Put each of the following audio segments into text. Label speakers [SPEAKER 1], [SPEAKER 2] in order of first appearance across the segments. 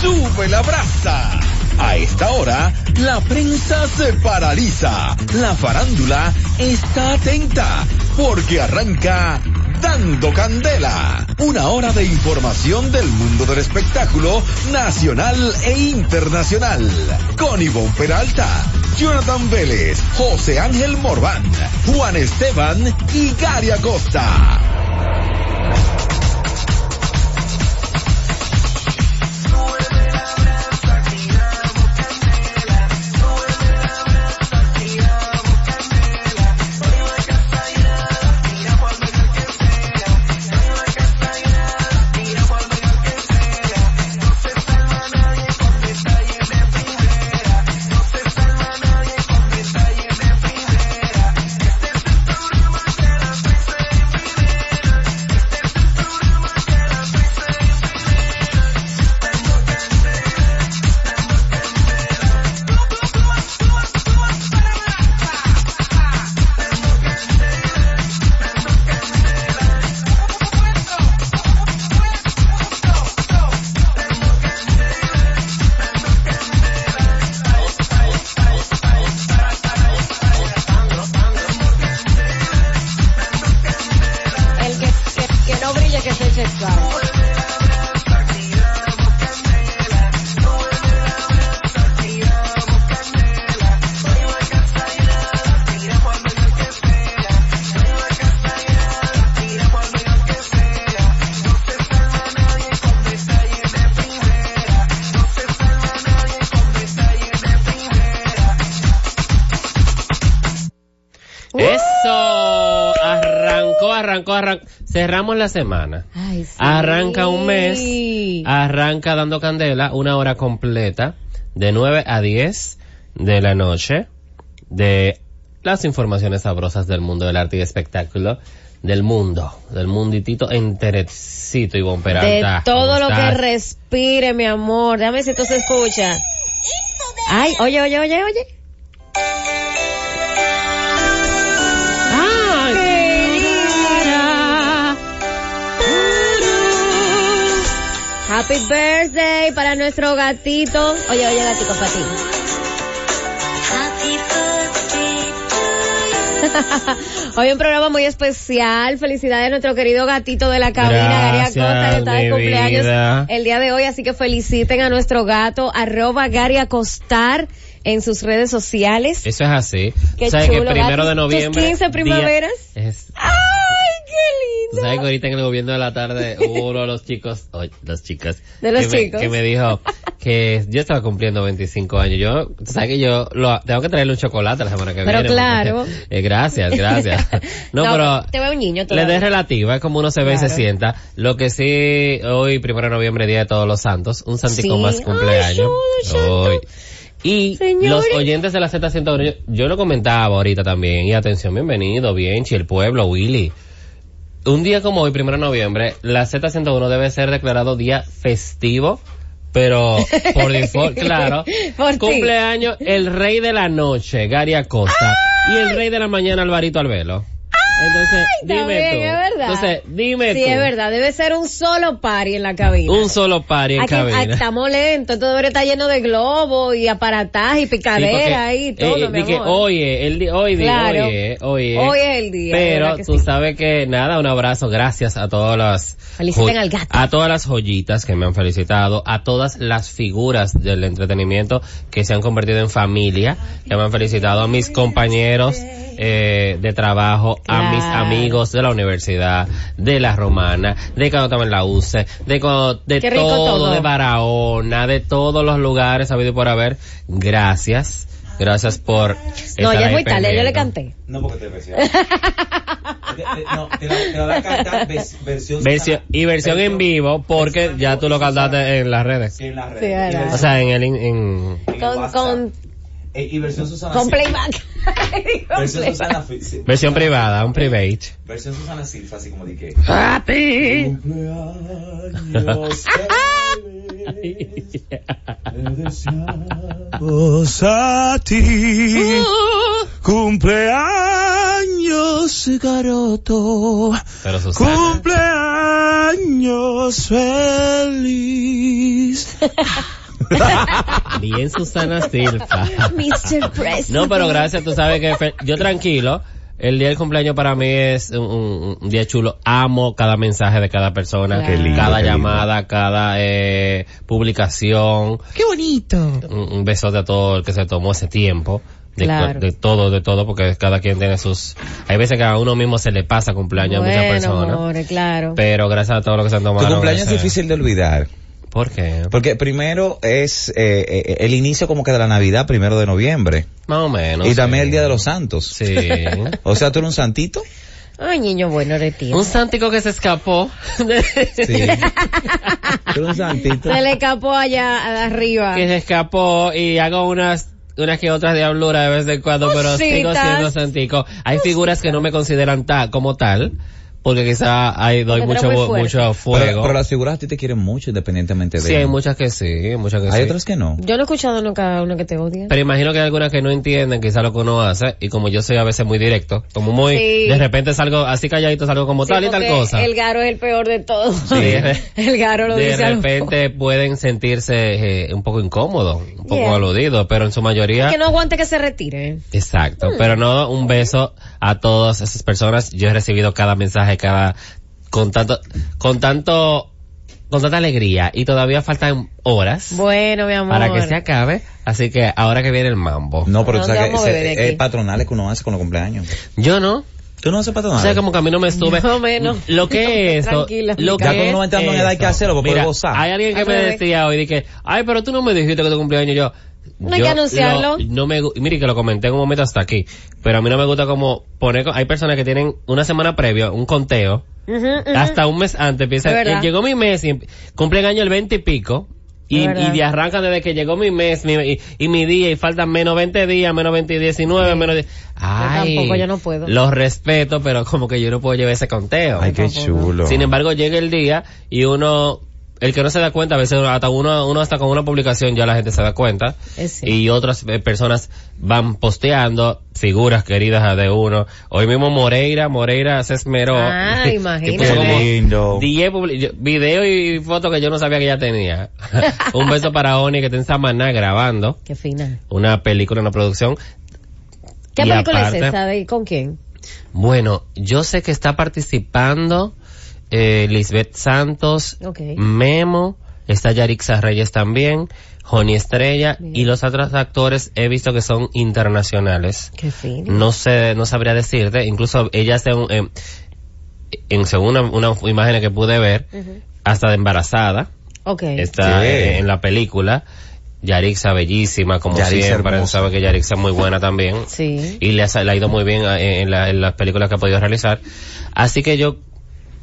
[SPEAKER 1] sube la brasa. A esta hora, la prensa se paraliza. La farándula está atenta porque arranca Dando Candela. Una hora de información del mundo del espectáculo nacional e internacional. Con Ivonne Peralta, Jonathan Vélez, José Ángel Morván, Juan Esteban y Gary Acosta.
[SPEAKER 2] El que, que- que no brille, que se eche el clavo. ¡Uh!
[SPEAKER 3] Eso. Arrancó, arrancó, arrancó. Cerramos la semana.
[SPEAKER 2] Ay, sí. Ah,
[SPEAKER 3] Arranca un mes. Arranca dando candela una hora completa. De 9 a 10 de la noche. De las informaciones sabrosas del mundo del arte y espectáculo. Del mundo. Del munditito enterecito,
[SPEAKER 2] De
[SPEAKER 3] Ivonne Peralta.
[SPEAKER 2] todo
[SPEAKER 3] ¿Cómo
[SPEAKER 2] lo que
[SPEAKER 3] estás?
[SPEAKER 2] respire, mi amor. Déjame si tú se escucha. Ay, oye, oye, oye, oye.
[SPEAKER 3] Ay,
[SPEAKER 2] Happy birthday para nuestro gatito. Oye, oye, gatito, para ti. Hoy un programa muy especial. Felicidades a nuestro querido gatito de la cabina, Gary
[SPEAKER 3] Gracias,
[SPEAKER 2] Acosta, que está de
[SPEAKER 3] mi
[SPEAKER 2] cumpleaños
[SPEAKER 3] vida.
[SPEAKER 2] el día de hoy. Así que feliciten a nuestro gato, arroba Gary Acostar en sus redes sociales.
[SPEAKER 3] Eso es así.
[SPEAKER 2] Qué
[SPEAKER 3] O sea,
[SPEAKER 2] chulo,
[SPEAKER 3] que primero
[SPEAKER 2] Gaby.
[SPEAKER 3] de noviembre.
[SPEAKER 2] ¿Tus 15 primaveras?
[SPEAKER 3] día- es-
[SPEAKER 2] ¡Ay, qué
[SPEAKER 3] Tú
[SPEAKER 2] lindo!
[SPEAKER 3] sabes que ahorita en el gobierno de la tarde hubo uno de los chicos, oye, las chicas.
[SPEAKER 2] De los
[SPEAKER 3] que me-
[SPEAKER 2] chicos.
[SPEAKER 3] que me dijo que yo estaba cumpliendo 25 años. Yo, tú sabes que yo lo- tengo que traerle un chocolate la semana que
[SPEAKER 2] Pero
[SPEAKER 3] viene.
[SPEAKER 2] claro.
[SPEAKER 3] porque- eh, gracias, gracias. No, pero.
[SPEAKER 2] te veo un niño
[SPEAKER 3] Le
[SPEAKER 2] todavía.
[SPEAKER 3] es relativa, es como uno se ve y
[SPEAKER 2] Claro.
[SPEAKER 3] se sienta. Lo que sí, hoy, primero de noviembre, Día de Todos los Santos, un santico
[SPEAKER 2] Sí.
[SPEAKER 3] más
[SPEAKER 2] Ay,
[SPEAKER 3] cumpleaños.
[SPEAKER 2] yo, santo.
[SPEAKER 3] Hoy. Y
[SPEAKER 2] Señores.
[SPEAKER 3] los oyentes de la Z101, yo lo comentaba ahorita también, y atención, bienvenido, Bienchi, el pueblo, Willy. Un día como hoy, primero de noviembre, la Z101 debe ser declarado día festivo, pero por default, claro.
[SPEAKER 2] Por ti.
[SPEAKER 3] cumpleaños, el rey de la noche, Gary Acosta, y el rey de la mañana, Alvarito Albelo. Entonces, dime
[SPEAKER 2] También,
[SPEAKER 3] tú.
[SPEAKER 2] es verdad.
[SPEAKER 3] Entonces, dime
[SPEAKER 2] Sí,
[SPEAKER 3] tú.
[SPEAKER 2] es verdad. Debe ser un solo party en la cabina.
[SPEAKER 3] Un solo party en
[SPEAKER 2] Aquí
[SPEAKER 3] cabina.
[SPEAKER 2] aquí estamos lentos, todo está lleno de globos y aparataje y
[SPEAKER 3] Sí, porque,
[SPEAKER 2] picadera y todo,
[SPEAKER 3] eh,
[SPEAKER 2] mi
[SPEAKER 3] di que,
[SPEAKER 2] amor.
[SPEAKER 3] oye, el di- hoy, di-
[SPEAKER 2] Claro.
[SPEAKER 3] oye, eh, oye.
[SPEAKER 2] Hoy es el día, ¿verdad
[SPEAKER 3] Pero
[SPEAKER 2] que
[SPEAKER 3] tú
[SPEAKER 2] sí?
[SPEAKER 3] sabes que nada, un abrazo, gracias a todas las...
[SPEAKER 2] Feliciten
[SPEAKER 3] jo-
[SPEAKER 2] al gato.
[SPEAKER 3] A todas las joyitas que me han felicitado, a todas las figuras del entretenimiento que se han convertido en familia, que me han felicitado a mis compañeros eh, de trabajo, a mis
[SPEAKER 2] Claro.
[SPEAKER 3] amigos de la universidad, de la romana, de cuando estaba en la UCE, de cuando, de
[SPEAKER 2] Qué rico todo.
[SPEAKER 3] todo, de Barahona, de todos los lugares habido y por haber. Gracias. Gracias por
[SPEAKER 2] no,
[SPEAKER 3] estar
[SPEAKER 2] ya es
[SPEAKER 3] ahí
[SPEAKER 2] muy tarde, yo le
[SPEAKER 3] pendiente.
[SPEAKER 2] canté.
[SPEAKER 4] No, porque te versión. no, te la, te la voy a cantar vers- versión.
[SPEAKER 3] Versión, y versión en vivo porque ya tú lo cantaste en las redes.
[SPEAKER 4] Sí, en las redes.
[SPEAKER 2] Sí,
[SPEAKER 4] Y
[SPEAKER 2] verdad.
[SPEAKER 4] versión-
[SPEAKER 3] O sea, en el... in- en-
[SPEAKER 4] en el
[SPEAKER 2] Con,
[SPEAKER 4] WhatsApp.
[SPEAKER 2] con,
[SPEAKER 4] Eh, y versión Susana.
[SPEAKER 2] con
[SPEAKER 4] Sil-
[SPEAKER 2] playback. Con
[SPEAKER 4] Versión
[SPEAKER 2] playback.
[SPEAKER 4] Susana. Fi- sí,
[SPEAKER 3] Versión privada, un private.
[SPEAKER 4] Versión Susana Silva, así como de que.
[SPEAKER 3] ¡Papi!
[SPEAKER 4] Cumpleaños
[SPEAKER 2] Ah,
[SPEAKER 4] feliz, te deseamos
[SPEAKER 5] Cumpleaños a ti.
[SPEAKER 6] Uh.
[SPEAKER 5] Cumpleaños, garoto.
[SPEAKER 3] Pero Susana.
[SPEAKER 5] Cumpleaños feliz.
[SPEAKER 3] Bien Susana Silva.
[SPEAKER 2] Mr. President.
[SPEAKER 3] No, pero gracias, tú sabes que fe- yo tranquilo. El día del cumpleaños para mí es un, un- un día chulo. Amo cada mensaje de cada persona,
[SPEAKER 2] Claro. Qué
[SPEAKER 7] lindo,
[SPEAKER 3] cada
[SPEAKER 7] qué lindo.
[SPEAKER 3] llamada, cada eh, publicación.
[SPEAKER 6] ¡Qué bonito!
[SPEAKER 3] Un, un besote a todo el que se tomó ese tiempo. De,
[SPEAKER 2] Claro.
[SPEAKER 3] de todo, de todo, porque cada quien tiene sus... Hay veces que a uno mismo se le pasa cumpleaños a muchas
[SPEAKER 2] Bueno,
[SPEAKER 3] personas.
[SPEAKER 2] amor, claro.
[SPEAKER 3] Pero gracias a todos los que se han
[SPEAKER 4] Tu
[SPEAKER 3] tomado.
[SPEAKER 4] cumpleaños es
[SPEAKER 3] ese-
[SPEAKER 4] difícil de olvidar.
[SPEAKER 3] ¿Por qué?
[SPEAKER 4] Porque primero es eh, eh, el inicio como que de la Navidad, primero de noviembre.
[SPEAKER 3] Más o menos.
[SPEAKER 4] y
[SPEAKER 3] sí.
[SPEAKER 4] también el Día de los Santos.
[SPEAKER 3] Sí.
[SPEAKER 4] O sea, tú eres un santito.
[SPEAKER 2] Ay, niño bueno de ti.
[SPEAKER 3] Un sántico que se escapó.
[SPEAKER 4] Sí. tú eres un santito.
[SPEAKER 2] Se le escapó allá arriba.
[SPEAKER 3] que se escapó y hago unas unas que otras diabluras de vez en cuando, pero sigo
[SPEAKER 2] Cositas.
[SPEAKER 3] siendo santico. Hay figuras que no me consideran ta- como tal, porque quizá ahí doy
[SPEAKER 2] Porque
[SPEAKER 3] mucho,
[SPEAKER 2] tú eres
[SPEAKER 3] bu-
[SPEAKER 2] muy
[SPEAKER 3] mucho
[SPEAKER 4] Pero,
[SPEAKER 3] fuego.
[SPEAKER 4] pero las figuras a ti te quieren mucho independientemente de
[SPEAKER 3] sí, hay muchas que sí, hay muchas que
[SPEAKER 4] Hay
[SPEAKER 3] sí.
[SPEAKER 4] otras que no.
[SPEAKER 2] Yo no he escuchado nunca una que te odie.
[SPEAKER 3] Pero imagino que hay algunas que no entienden quizá lo que uno hace, y como yo soy a veces muy directo, como muy,
[SPEAKER 2] Sí.
[SPEAKER 3] de repente salgo así calladito, salgo como
[SPEAKER 2] Sí,
[SPEAKER 3] tal y tal
[SPEAKER 2] porque
[SPEAKER 3] cosa.
[SPEAKER 2] El garo es el peor de todos.
[SPEAKER 3] Sí.
[SPEAKER 2] el garo lo
[SPEAKER 3] de
[SPEAKER 2] dice a los
[SPEAKER 3] repente pueden sentirse eh, un poco incómodos, un poco
[SPEAKER 2] Yeah.
[SPEAKER 3] aludidos, pero en su mayoría...
[SPEAKER 2] pocos. Que no Mm. aguante que se retire.
[SPEAKER 3] Exacto, pero no un beso a todas esas personas. Yo he recibido cada mensaje, cada con tanto, con tanto, con tanta alegría y todavía faltan horas
[SPEAKER 2] Bueno, mi amor.
[SPEAKER 3] para que se acabe. Así que ahora que viene el mambo,
[SPEAKER 4] No, pero tú
[SPEAKER 2] ¿Dónde
[SPEAKER 4] sabes que
[SPEAKER 2] vamos a beber
[SPEAKER 4] ese-
[SPEAKER 2] aquí?
[SPEAKER 4] es patronales que uno hace con los cumpleaños.
[SPEAKER 3] yo no.
[SPEAKER 4] Tú no haces
[SPEAKER 3] O
[SPEAKER 4] patronales.
[SPEAKER 3] sea, como que a mí no me estuve.
[SPEAKER 2] No, menos.
[SPEAKER 3] Lo que es esto.
[SPEAKER 2] Tranquila, Ah,
[SPEAKER 3] Lo que
[SPEAKER 4] Ya cuando
[SPEAKER 3] es
[SPEAKER 4] uno va entrando en edad hay que
[SPEAKER 3] esto.
[SPEAKER 4] hacerlo para poder
[SPEAKER 3] Mira,
[SPEAKER 4] gozar.
[SPEAKER 3] Hay alguien que
[SPEAKER 2] Al
[SPEAKER 3] me
[SPEAKER 2] revés.
[SPEAKER 3] decía hoy, dije, ay, pero tú no me dijiste que tu cumpleaños yo.
[SPEAKER 2] No hay que
[SPEAKER 3] yo
[SPEAKER 2] anunciarlo.
[SPEAKER 3] lo- no me, gu- mire que lo comenté en un momento hasta aquí, pero a mí no me gusta como poner, co- hay personas que tienen una semana previa, un conteo,
[SPEAKER 2] Ujú, ujú.
[SPEAKER 3] hasta un mes antes, piensa,
[SPEAKER 2] Es verdad.
[SPEAKER 3] eh, llegó mi mes, y cumple el año el 20 y pico, y,
[SPEAKER 2] Es verdad.
[SPEAKER 3] y de arranca desde que llegó mi mes mi- y, y mi día, y faltan menos 20 días, menos 20 y 19, menos... die- Ay,
[SPEAKER 2] tampoco, yo no puedo.
[SPEAKER 3] Los respeto, pero como que yo no puedo llevar ese conteo.
[SPEAKER 4] Ay, qué chulo.
[SPEAKER 3] Sin embargo, llega el día y uno, el que no se da cuenta, a veces hasta uno, uno hasta con una publicación ya la gente se da cuenta.
[SPEAKER 2] Es cierto.
[SPEAKER 3] Y otras eh, personas van posteando figuras queridas de uno. Hoy mismo Moreira, Moreira se esmeró.
[SPEAKER 2] Ah,
[SPEAKER 3] Que
[SPEAKER 2] imagínate.
[SPEAKER 3] puso como
[SPEAKER 4] Qué lindo.
[SPEAKER 3] 10 publi- yo- video y fotos que yo no sabía que ya tenía. Un beso para Oni que está en Samaná grabando
[SPEAKER 2] Qué fina.
[SPEAKER 3] una película, una producción.
[SPEAKER 2] ¿Qué
[SPEAKER 3] Y
[SPEAKER 2] película
[SPEAKER 3] aparte-
[SPEAKER 2] es esa? ¿De con quién?
[SPEAKER 3] Bueno, yo sé que está participando eh, Lisbeth Santos,
[SPEAKER 2] Ok.
[SPEAKER 3] Memo, está Yarixa Reyes también, Joni Estrella
[SPEAKER 2] Bien.
[SPEAKER 3] y los otros actores he visto que son internacionales.
[SPEAKER 2] Qué fina.
[SPEAKER 3] No sé, no sabría decirte, incluso ella hace un, eh, en según una, una imagen que pude ver,
[SPEAKER 2] Ujú.
[SPEAKER 3] hasta de embarazada,
[SPEAKER 2] Ok.
[SPEAKER 3] está
[SPEAKER 4] Sí.
[SPEAKER 3] eh, en la película. Yarixa bellísima, como
[SPEAKER 4] Yarixa
[SPEAKER 3] siempre,
[SPEAKER 4] hermosa.
[SPEAKER 3] sabe que Yarixa es muy buena también
[SPEAKER 2] Sí.
[SPEAKER 3] y le ha, le ha ido muy bien eh, en, la- en las películas que ha podido realizar. Así que yo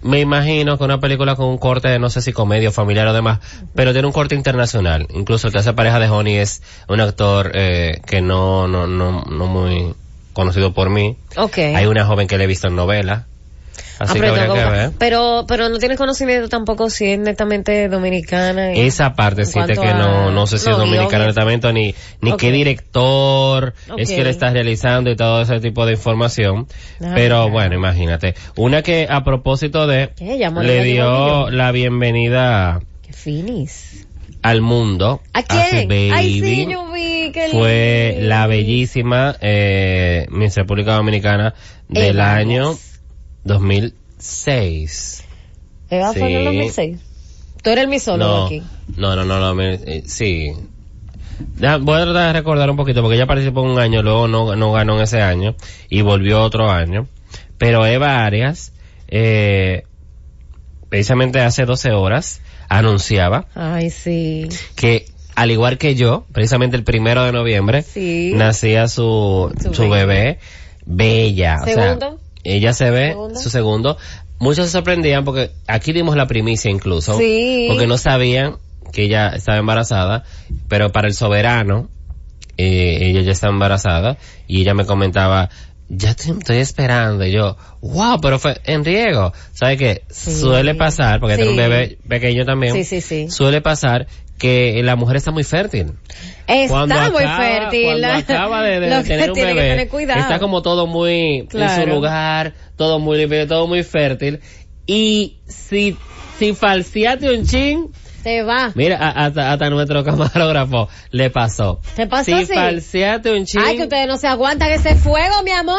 [SPEAKER 3] me imagino que una película con un corte de no sé si comedia, familiar o demás, pero tiene un corte internacional. Incluso el que hace pareja de Honey es un actor eh, que no, no, no, no muy conocido por mí.
[SPEAKER 2] Ok.
[SPEAKER 3] Hay una joven que le he visto en novela. Así
[SPEAKER 2] Ah,
[SPEAKER 3] que
[SPEAKER 2] pero,
[SPEAKER 3] habría
[SPEAKER 2] tengo
[SPEAKER 3] que
[SPEAKER 2] que-
[SPEAKER 3] ver.
[SPEAKER 2] pero pero no tienes conocimiento tampoco si es netamente dominicana. y-
[SPEAKER 3] Esa parte
[SPEAKER 2] en
[SPEAKER 3] sí te
[SPEAKER 2] cuanto
[SPEAKER 3] que no,
[SPEAKER 2] a-
[SPEAKER 3] no sé si es
[SPEAKER 2] no,
[SPEAKER 3] dominicana
[SPEAKER 2] guiones.
[SPEAKER 3] netamente ni, ni
[SPEAKER 2] Ok.
[SPEAKER 3] qué director es
[SPEAKER 2] Ok.
[SPEAKER 3] que le estás realizando y todo ese tipo de información.
[SPEAKER 2] Ah,
[SPEAKER 3] Pero
[SPEAKER 2] ya.
[SPEAKER 3] bueno, imagínate. Una que a propósito de,
[SPEAKER 2] ¿Qué? Llamó
[SPEAKER 3] le
[SPEAKER 2] la
[SPEAKER 3] dio
[SPEAKER 2] Bolillo.
[SPEAKER 3] la bienvenida
[SPEAKER 2] Qué finis.
[SPEAKER 3] al mundo.
[SPEAKER 2] ¿A
[SPEAKER 3] su
[SPEAKER 2] quién?
[SPEAKER 3] baby.
[SPEAKER 2] Ay, sí, yo vi. Qué
[SPEAKER 3] Fue
[SPEAKER 2] lindo.
[SPEAKER 3] la bellísima, eh, Miss República Dominicana del
[SPEAKER 2] Eva.
[SPEAKER 3] año 2006.
[SPEAKER 2] Eva fue en el
[SPEAKER 3] Sí.
[SPEAKER 2] 2006. Tú eres el misólogo
[SPEAKER 3] No,
[SPEAKER 2] aquí.
[SPEAKER 3] no, no, no, no, me- eh, sí. Ya, voy a tratar de recordar un poquito porque ella participó un año, luego no, no ganó en ese año y volvió otro año. Pero Eva Arias, eh, precisamente hace 12 horas, anunciaba
[SPEAKER 2] Ay, sí.
[SPEAKER 3] que al igual que yo, precisamente el primero de noviembre,
[SPEAKER 2] Sí.
[SPEAKER 3] nacía su,
[SPEAKER 2] Su
[SPEAKER 3] su, bebé. bella. o sea,
[SPEAKER 2] Segundo.
[SPEAKER 3] ella se ve,
[SPEAKER 2] Segundo.
[SPEAKER 3] su segundo. Muchos se sorprendían porque aquí dimos la primicia incluso.
[SPEAKER 2] Sí.
[SPEAKER 3] Porque no sabían que ella estaba embarazada, pero para el soberano, eh, ella ya está embarazada y ella me comentaba, ya te estoy esperando. Y yo, wow, pero fue en riego. ¿Sabes qué?
[SPEAKER 2] Sí.
[SPEAKER 3] Suele pasar, porque tiene un
[SPEAKER 2] Sí.
[SPEAKER 3] bebé pequeño también.
[SPEAKER 2] Sí, sí, sí.
[SPEAKER 3] Suele pasar que la mujer está muy fértil.
[SPEAKER 2] Está
[SPEAKER 3] Cuando
[SPEAKER 2] muy
[SPEAKER 3] acaba-
[SPEAKER 2] fértil.
[SPEAKER 3] Cuando acaba de, de
[SPEAKER 2] Lo que
[SPEAKER 3] tener un
[SPEAKER 2] tiene
[SPEAKER 3] bebé,
[SPEAKER 2] que tener cuidado.
[SPEAKER 3] está como todo muy en
[SPEAKER 2] Claro.
[SPEAKER 3] su lugar, todo muy limpio, todo muy fértil. Y si, si falseaste un chin,
[SPEAKER 2] Te va.
[SPEAKER 3] Mira, a- hasta, hasta nuestro camarógrafo le pasó.
[SPEAKER 2] ¿Te pasó
[SPEAKER 3] si
[SPEAKER 2] así?
[SPEAKER 3] falseaste un ching,
[SPEAKER 2] Ay, que ustedes no se aguantan ese fuego, mi amor.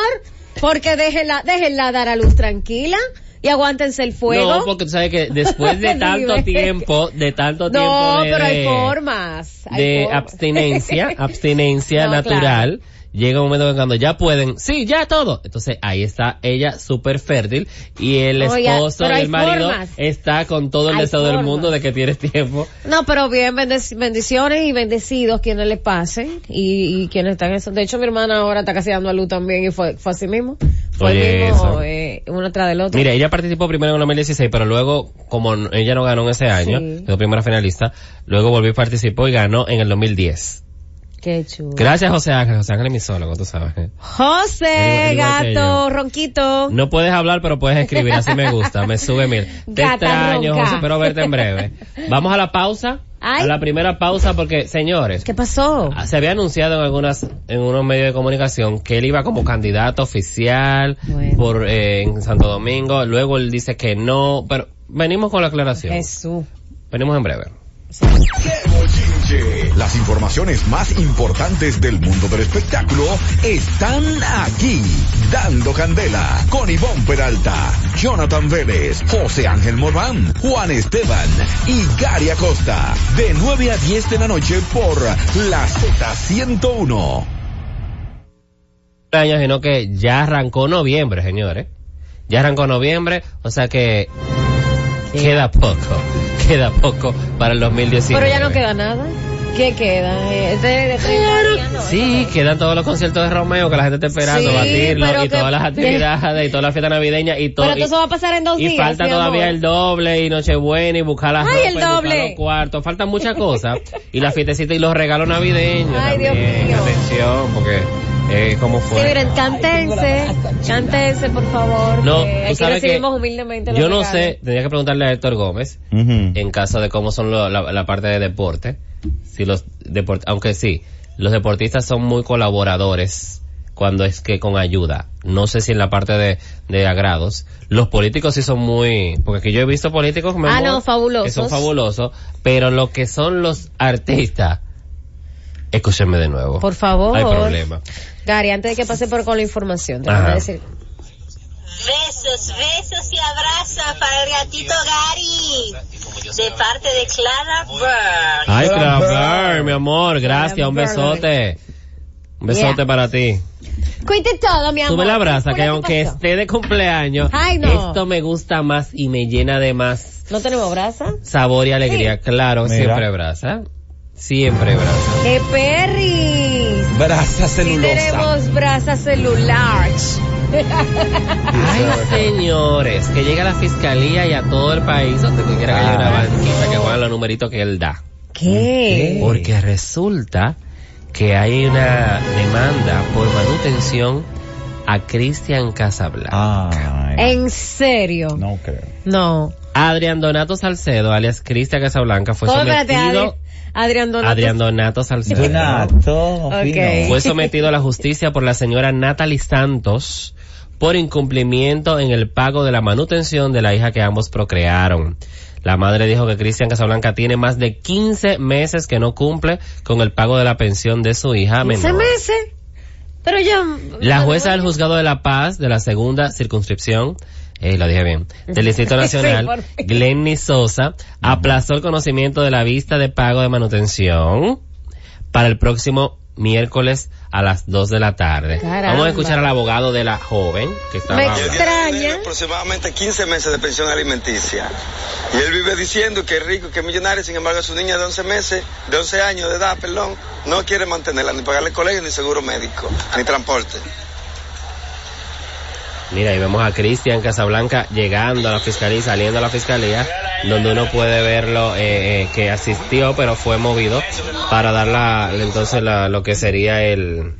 [SPEAKER 2] Porque déjenla, déjenla dar a luz tranquila y aguántense el fuego.
[SPEAKER 3] No, porque tú sabes que después de tanto
[SPEAKER 2] Dime.
[SPEAKER 3] tiempo, de
[SPEAKER 2] No,
[SPEAKER 3] tanto tiempo de,
[SPEAKER 2] pero hay
[SPEAKER 3] de-
[SPEAKER 2] formas. hay
[SPEAKER 3] de
[SPEAKER 2] formas.
[SPEAKER 3] abstinencia, abstinencia
[SPEAKER 2] No,
[SPEAKER 3] natural. Llega un momento que cuando ya pueden, sí, ya todo. Entonces ahí está ella súper fértil y el
[SPEAKER 2] No, ya,
[SPEAKER 3] esposo
[SPEAKER 2] pero
[SPEAKER 3] y
[SPEAKER 2] hay
[SPEAKER 3] el marido
[SPEAKER 2] formas.
[SPEAKER 3] está con todo el
[SPEAKER 2] Hay
[SPEAKER 3] deseo del
[SPEAKER 2] formas.
[SPEAKER 3] mundo de que tienes tiempo.
[SPEAKER 2] No, pero bien, bendic- bendiciones y bendecidos quienes les pasen y, y quienes están en eso. De hecho, mi hermana ahora está casi dando a luz también y fue, fue así mismo. Fue
[SPEAKER 3] Oye,
[SPEAKER 2] el mismo,
[SPEAKER 3] eso.
[SPEAKER 2] eh, uno tras del otro.
[SPEAKER 3] Mira, ella participó primero en el 2016, pero luego, como n- ella no ganó en ese año,
[SPEAKER 2] Sí.
[SPEAKER 3] quedó primera finalista, luego volvió y participó y ganó en el 2010.
[SPEAKER 2] Qué chulo.
[SPEAKER 3] Gracias José Ángel, José Ángel es misólogo, tú sabes.
[SPEAKER 2] José,
[SPEAKER 3] Igual- igual que
[SPEAKER 2] gato, ronquito.
[SPEAKER 3] No puedes hablar, pero puedes escribir, así me gusta, me sube mil. Te
[SPEAKER 2] Gata
[SPEAKER 3] extraño,
[SPEAKER 2] ronca.
[SPEAKER 3] José, espero verte en breve. Vamos a la pausa,
[SPEAKER 2] Ay.
[SPEAKER 3] a la primera pausa, porque, señores, ah,
[SPEAKER 2] ¿Qué pasó?
[SPEAKER 3] se había anunciado en algunas, en unos medios de comunicación que él iba como candidato oficial
[SPEAKER 2] Bueno.
[SPEAKER 3] por, eh, en Santo Domingo, luego él dice que no, pero venimos con la aclaración.
[SPEAKER 2] Jesús.
[SPEAKER 3] Venimos en breve.
[SPEAKER 1] ¡Qué bochinche! Las informaciones más importantes del mundo del espectáculo están aquí. Dando Candela con Ivonne Peralta, Jonathan Vélez, José Ángel Morán, Juan Esteban y Gary Acosta. De 9 a 10 de la noche por la Z101.
[SPEAKER 3] años, sino que ya arrancó noviembre, señores. Ya arrancó noviembre, o sea que queda poco, queda poco para el 2019.
[SPEAKER 2] Pero ya no queda nada. ¿Qué queda? Eh, Este de 30 días, ¿no?
[SPEAKER 3] Sí, quedan todos los conciertos de Romeo que la gente está esperando,
[SPEAKER 2] Sí,
[SPEAKER 3] batirlo
[SPEAKER 2] pero
[SPEAKER 3] y
[SPEAKER 2] que-
[SPEAKER 3] todas las actividades y todas las fiestas navideñas y todo.
[SPEAKER 2] Pero todo eso va a pasar en dos
[SPEAKER 3] y
[SPEAKER 2] días.
[SPEAKER 3] falta
[SPEAKER 2] mi
[SPEAKER 3] todavía
[SPEAKER 2] amor.
[SPEAKER 3] el doble y Nochebuena y buscar las
[SPEAKER 2] Ay, el
[SPEAKER 3] ropas y buscar
[SPEAKER 2] doble.
[SPEAKER 3] los cuartos. Faltan muchas cosas. y la fiestecita y los regalos navideños.
[SPEAKER 2] Ay, Dios
[SPEAKER 3] también.
[SPEAKER 2] mío.
[SPEAKER 3] Atención, porque eh, como
[SPEAKER 2] Sí,
[SPEAKER 3] fue.
[SPEAKER 2] miren, cántense, cántense, por favor.
[SPEAKER 3] No,
[SPEAKER 2] que
[SPEAKER 3] tú
[SPEAKER 2] aquí
[SPEAKER 3] sabes que
[SPEAKER 2] recibimos humildemente los
[SPEAKER 3] Yo no
[SPEAKER 2] regalos.
[SPEAKER 3] sé, tendría que preguntarle a Héctor Gómez, en caso de cómo son lo- la, la parte de deporte, si los deport- aunque sí, los deportistas son muy colaboradores cuando es que con ayuda. No sé si en la parte de, de agrados. Los políticos sí son muy, porque aquí yo he visto políticos mi
[SPEAKER 2] Ah,
[SPEAKER 3] amor,
[SPEAKER 2] no, fabulosos.
[SPEAKER 3] que son fabulosos, pero lo que son los artistas, escúchenme de nuevo.
[SPEAKER 2] Por favor.
[SPEAKER 3] Hay problema.
[SPEAKER 2] Gary, antes de que pase por con la información, te voy
[SPEAKER 3] Ajá.
[SPEAKER 2] a decir.
[SPEAKER 7] Besos, besos y abrazos para el gatito Gary. De parte de Clara Bird.
[SPEAKER 3] Ay, Claver, mi amor, gracias, un besote. Un besote
[SPEAKER 2] Yeah.
[SPEAKER 3] para ti.
[SPEAKER 2] Cuente todo, mi amor.
[SPEAKER 3] Sube la brasa, que
[SPEAKER 2] ¿Qué
[SPEAKER 3] aunque
[SPEAKER 2] pasó?
[SPEAKER 3] esté de cumpleaños,
[SPEAKER 2] Ay, no.
[SPEAKER 3] esto me gusta más y me llena de más
[SPEAKER 2] ¿No tenemos brasa?
[SPEAKER 3] sabor y alegría. Claro,
[SPEAKER 4] Mira.
[SPEAKER 3] siempre brasa. Siempre brasa.
[SPEAKER 2] ¡Qué perris!
[SPEAKER 4] Brasa
[SPEAKER 2] Sí
[SPEAKER 4] celulosa.
[SPEAKER 2] tenemos brasa celular.
[SPEAKER 3] Ay, señores, que llega la fiscalía y a todo el país donde quiera que haya una banquita que juegan los numeritos que él da.
[SPEAKER 2] ¿Qué?
[SPEAKER 3] Porque resulta que hay una demanda por manutención a Cristian Casablanca.
[SPEAKER 4] Ay,
[SPEAKER 2] ¿En serio?
[SPEAKER 4] no creo.
[SPEAKER 2] No.
[SPEAKER 3] Adrián Donato Salcedo, alias Cristian Casablanca, fue
[SPEAKER 2] ¿Cómo espérate,
[SPEAKER 3] sometido...
[SPEAKER 2] Adri- Adrián Donato?
[SPEAKER 3] Pues Adrián Donato Salcedo.
[SPEAKER 4] Donato,
[SPEAKER 2] Ok.
[SPEAKER 4] fino.
[SPEAKER 3] Fue sometido a la justicia por la señora Natalie Santos por incumplimiento en el pago de la manutención de la hija que ambos procrearon. La madre dijo que Cristian Casablanca tiene más de 15 meses que no cumple con el pago de la pensión de su hija
[SPEAKER 2] ¿Quince
[SPEAKER 3] menor.
[SPEAKER 2] meses? Pero ya...
[SPEAKER 3] La jueza del juzgado de la paz de la segunda circunscripción, eh, lo dije bien, del Distrito Nacional,
[SPEAKER 2] Sí, por-
[SPEAKER 3] Glenny Sosa, aplazó el conocimiento de la vista de pago de manutención para el próximo miércoles a las 2 de la tarde.
[SPEAKER 2] Caramba.
[SPEAKER 3] Vamos a escuchar al abogado de la joven que estaba
[SPEAKER 2] Me
[SPEAKER 3] hablando.
[SPEAKER 2] extraña.
[SPEAKER 6] Tiene aproximadamente 15 meses de pensión alimenticia. Y él vive diciendo que es rico, que es millonario, sin embargo su niña de 11 meses, de 11 años de edad, perdón, no quiere mantenerla, ni pagarle colegio, ni seguro médico, ni transporte.
[SPEAKER 3] Mira, ahí vemos a Cristian Casablanca llegando a la fiscalía y saliendo a la fiscalía, donde uno puede verlo eh, eh, que asistió, pero fue movido para dar la, entonces la, lo que sería el...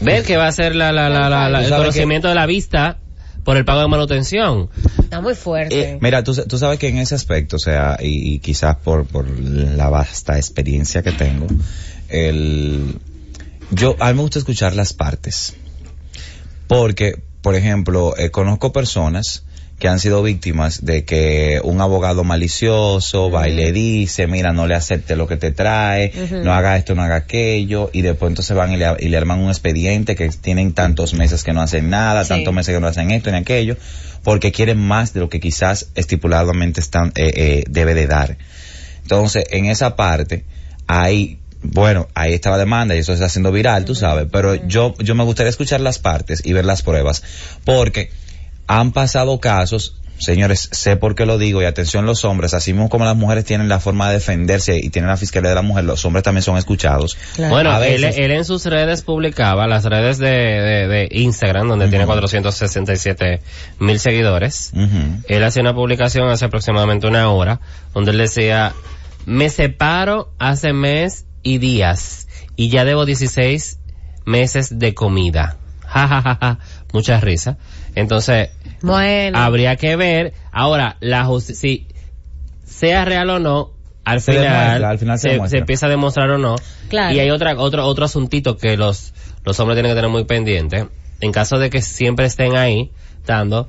[SPEAKER 3] Ver que va a ser la, la, la, la- la- el conocimiento de la vista por el pago de manutención.
[SPEAKER 2] Está muy
[SPEAKER 3] Eh,
[SPEAKER 2] fuerte.
[SPEAKER 8] Eh, Mira, tú, tú sabes que en ese aspecto, o sea, y, y quizás por, por la vasta experiencia que tengo, el, yo, a mí me gusta escuchar las partes. Porque, por ejemplo, eh, conozco personas que han sido víctimas de que un abogado malicioso va y le dice, mira, no le acepte lo que te trae, no haga esto, no haga aquello, y después entonces van y le, y le arman un expediente que tienen tantos meses que no hacen nada,
[SPEAKER 2] Sí.
[SPEAKER 8] tantos meses que no hacen esto ni aquello, porque quieren más de lo que quizás estipuladamente están, eh, eh, debe de dar. Entonces, en esa parte, hay, bueno, ahí está la demanda y eso se está haciendo viral, tú sabes, pero yo, yo me gustaría escuchar las partes y ver las pruebas, porque han pasado casos, señores, sé por qué lo digo, y atención los hombres, así mismo como las mujeres tienen la forma de defenderse y tienen la fiscalía de la mujer, los hombres también son escuchados.
[SPEAKER 3] Bueno,
[SPEAKER 8] A
[SPEAKER 3] él,
[SPEAKER 8] veces-
[SPEAKER 3] él en sus redes publicaba, las redes de, de- de Instagram, donde tiene 467 mil seguidores.
[SPEAKER 8] Ujú.
[SPEAKER 3] Él hacía una publicación hace aproximadamente una hora, donde él decía, me separo hace mes y días, y ya debo 16 meses de comida. Ja, ja, ja, ja. Mucha risa. Entonces,
[SPEAKER 2] Bueno.
[SPEAKER 3] habría que ver, ahora, la justicia, si sea real o no, al
[SPEAKER 8] Se
[SPEAKER 3] final,
[SPEAKER 8] demuestra, al final se
[SPEAKER 3] se,
[SPEAKER 8] demuestra.
[SPEAKER 3] empieza a demostrar o no.
[SPEAKER 2] Claro.
[SPEAKER 3] Y hay otra, otro, otro asuntito que los, los hombres tienen que tener muy pendiente. En caso de que siempre estén ahí, dando,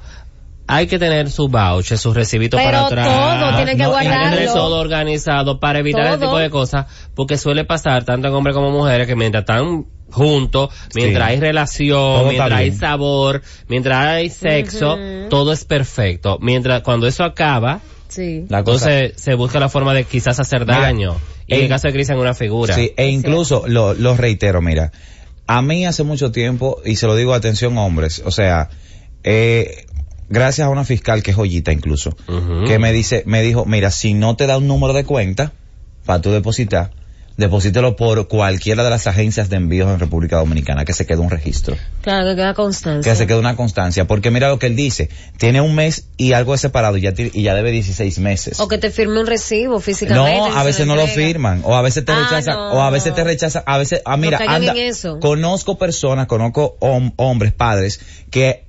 [SPEAKER 3] hay que tener su voucher, sus recibitos
[SPEAKER 2] Pero
[SPEAKER 3] para atrás.
[SPEAKER 2] todo, tienen que
[SPEAKER 3] No, hay tener
[SPEAKER 2] guardarlo.
[SPEAKER 3] todo organizado para evitar ese
[SPEAKER 2] Todo.
[SPEAKER 3] tipo de cosas, porque suele pasar tanto en hombres como mujeres que mientras están juntos, mientras
[SPEAKER 8] Sí.
[SPEAKER 3] hay relación,
[SPEAKER 8] está
[SPEAKER 3] mientras hay
[SPEAKER 8] bien.
[SPEAKER 3] sabor, mientras hay sexo,
[SPEAKER 2] Ujú.
[SPEAKER 3] todo es perfecto. Mientras cuando eso acaba,
[SPEAKER 2] Sí.
[SPEAKER 8] La cosa-
[SPEAKER 3] entonces se busca la forma de quizás hacer
[SPEAKER 8] Mira,
[SPEAKER 3] daño. Y en
[SPEAKER 8] en-
[SPEAKER 3] el caso de Cristian una figura.
[SPEAKER 8] Sí, e incluso lo, lo reitero, mira, a mí hace mucho tiempo, y se lo digo atención hombres, o sea, eh, gracias a una fiscal que es joyita incluso,
[SPEAKER 3] Ujú.
[SPEAKER 8] que me dice, me dijo, mira, si no te da un número de cuenta para tu depositar, deposítelo por cualquiera de las agencias de envíos en República Dominicana, que se quede un registro,
[SPEAKER 2] Claro, que queda constancia.
[SPEAKER 8] que se quede una constancia, porque mira lo que él dice, tiene un mes y algo de separado y ya, ti- y ya debe 16 meses.
[SPEAKER 2] O que te firme un recibo físicamente.
[SPEAKER 8] No,
[SPEAKER 2] y se
[SPEAKER 8] a
[SPEAKER 2] lo
[SPEAKER 8] veces no lo
[SPEAKER 2] entrega.
[SPEAKER 8] firman, o a veces te
[SPEAKER 2] Ah,
[SPEAKER 8] rechazan,
[SPEAKER 2] no.
[SPEAKER 8] o a veces te rechazan, a veces, ah, mira,
[SPEAKER 2] caigan
[SPEAKER 8] anda,
[SPEAKER 2] en eso.
[SPEAKER 8] conozco personas, conozco hom- hombres, padres, que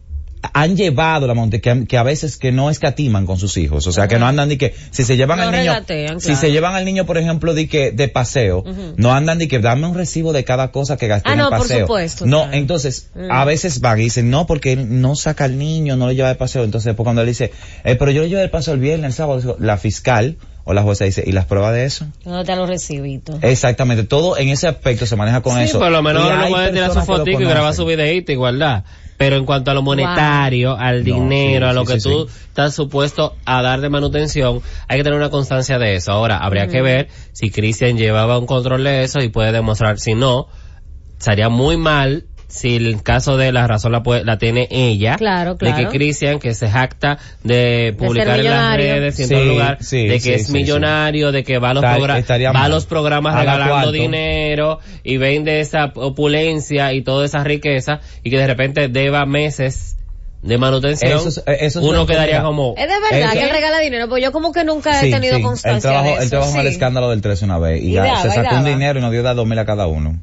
[SPEAKER 8] han llevado la monte que, han- que a veces que no escatiman con sus hijos, o sea, que no andan ni que, si se llevan
[SPEAKER 2] No
[SPEAKER 8] al niño,
[SPEAKER 2] regatean,
[SPEAKER 8] si
[SPEAKER 2] claro.
[SPEAKER 8] se llevan al niño, por ejemplo, de que, de paseo, no andan ni que dame un recibo de cada cosa que gasté
[SPEAKER 2] Ah,
[SPEAKER 8] en
[SPEAKER 2] no,
[SPEAKER 8] el
[SPEAKER 2] por
[SPEAKER 8] paseo.
[SPEAKER 2] supuesto,
[SPEAKER 8] No,
[SPEAKER 2] claro.
[SPEAKER 8] entonces, a
[SPEAKER 3] Mm.
[SPEAKER 8] veces van y dicen, no, porque él no saca al niño, no lo lleva de paseo. Entonces, después cuando él dice, eh, pero yo lo llevo de paseo el viernes, el sábado, digo, la fiscal o la jueza dice, ¿y las pruebas de eso?
[SPEAKER 2] No te lo recibito.
[SPEAKER 8] Exactamente, todo en ese aspecto se maneja con
[SPEAKER 3] Sí,
[SPEAKER 8] eso.
[SPEAKER 3] por lo menos
[SPEAKER 8] Y
[SPEAKER 3] uno
[SPEAKER 8] hay
[SPEAKER 3] puede tirar su
[SPEAKER 8] personas que lo
[SPEAKER 3] fotico y grabar
[SPEAKER 8] conocen.
[SPEAKER 3] su videíto, igualdad. Pero en cuanto a lo monetario, al
[SPEAKER 8] No,
[SPEAKER 3] dinero,
[SPEAKER 8] sí,
[SPEAKER 3] a lo
[SPEAKER 8] sí,
[SPEAKER 3] que
[SPEAKER 8] sí,
[SPEAKER 3] tú estás supuesto a dar de manutención, hay que tener una constancia de eso. Ahora, habría que ver si Cristian llevaba un control de eso y puede demostrar. Si no, estaría muy mal si el caso de la razón la, puede- la tiene ella.
[SPEAKER 2] Claro,
[SPEAKER 3] De
[SPEAKER 2] claro.
[SPEAKER 3] que Cristian, que se jacta de publicar en las
[SPEAKER 2] millonario.
[SPEAKER 3] redes y en todo
[SPEAKER 8] Sí,
[SPEAKER 3] lugar,
[SPEAKER 8] sí,
[SPEAKER 3] de que
[SPEAKER 8] sí,
[SPEAKER 3] es
[SPEAKER 8] sí, sí.
[SPEAKER 3] millonario, de que va a los,
[SPEAKER 8] Tal-
[SPEAKER 3] progra-
[SPEAKER 8] estaría
[SPEAKER 3] va a
[SPEAKER 8] mal.
[SPEAKER 3] los programas
[SPEAKER 8] Haga
[SPEAKER 3] regalando
[SPEAKER 8] cuarto.
[SPEAKER 3] dinero dinero y vende esa opulencia y toda esa riqueza y que de repente deba meses de manutención,
[SPEAKER 8] Eso es- eh, eso es
[SPEAKER 3] uno
[SPEAKER 8] lo que
[SPEAKER 3] quedaría
[SPEAKER 8] mira.
[SPEAKER 3] como...
[SPEAKER 2] Es de verdad
[SPEAKER 8] Eso-
[SPEAKER 2] que él regala dinero, porque yo como que nunca he
[SPEAKER 8] Sí,
[SPEAKER 2] tenido
[SPEAKER 8] sí,
[SPEAKER 2] constancia
[SPEAKER 8] Él trabajó,
[SPEAKER 2] de eso.
[SPEAKER 8] él trabajó en el
[SPEAKER 2] sí.
[SPEAKER 8] escándalo del 13 una vez y,
[SPEAKER 2] Y
[SPEAKER 8] ya
[SPEAKER 2] daba,
[SPEAKER 8] se
[SPEAKER 2] y
[SPEAKER 8] sacó un
[SPEAKER 2] daba.
[SPEAKER 8] dinero y nos dio da dos mil a cada uno.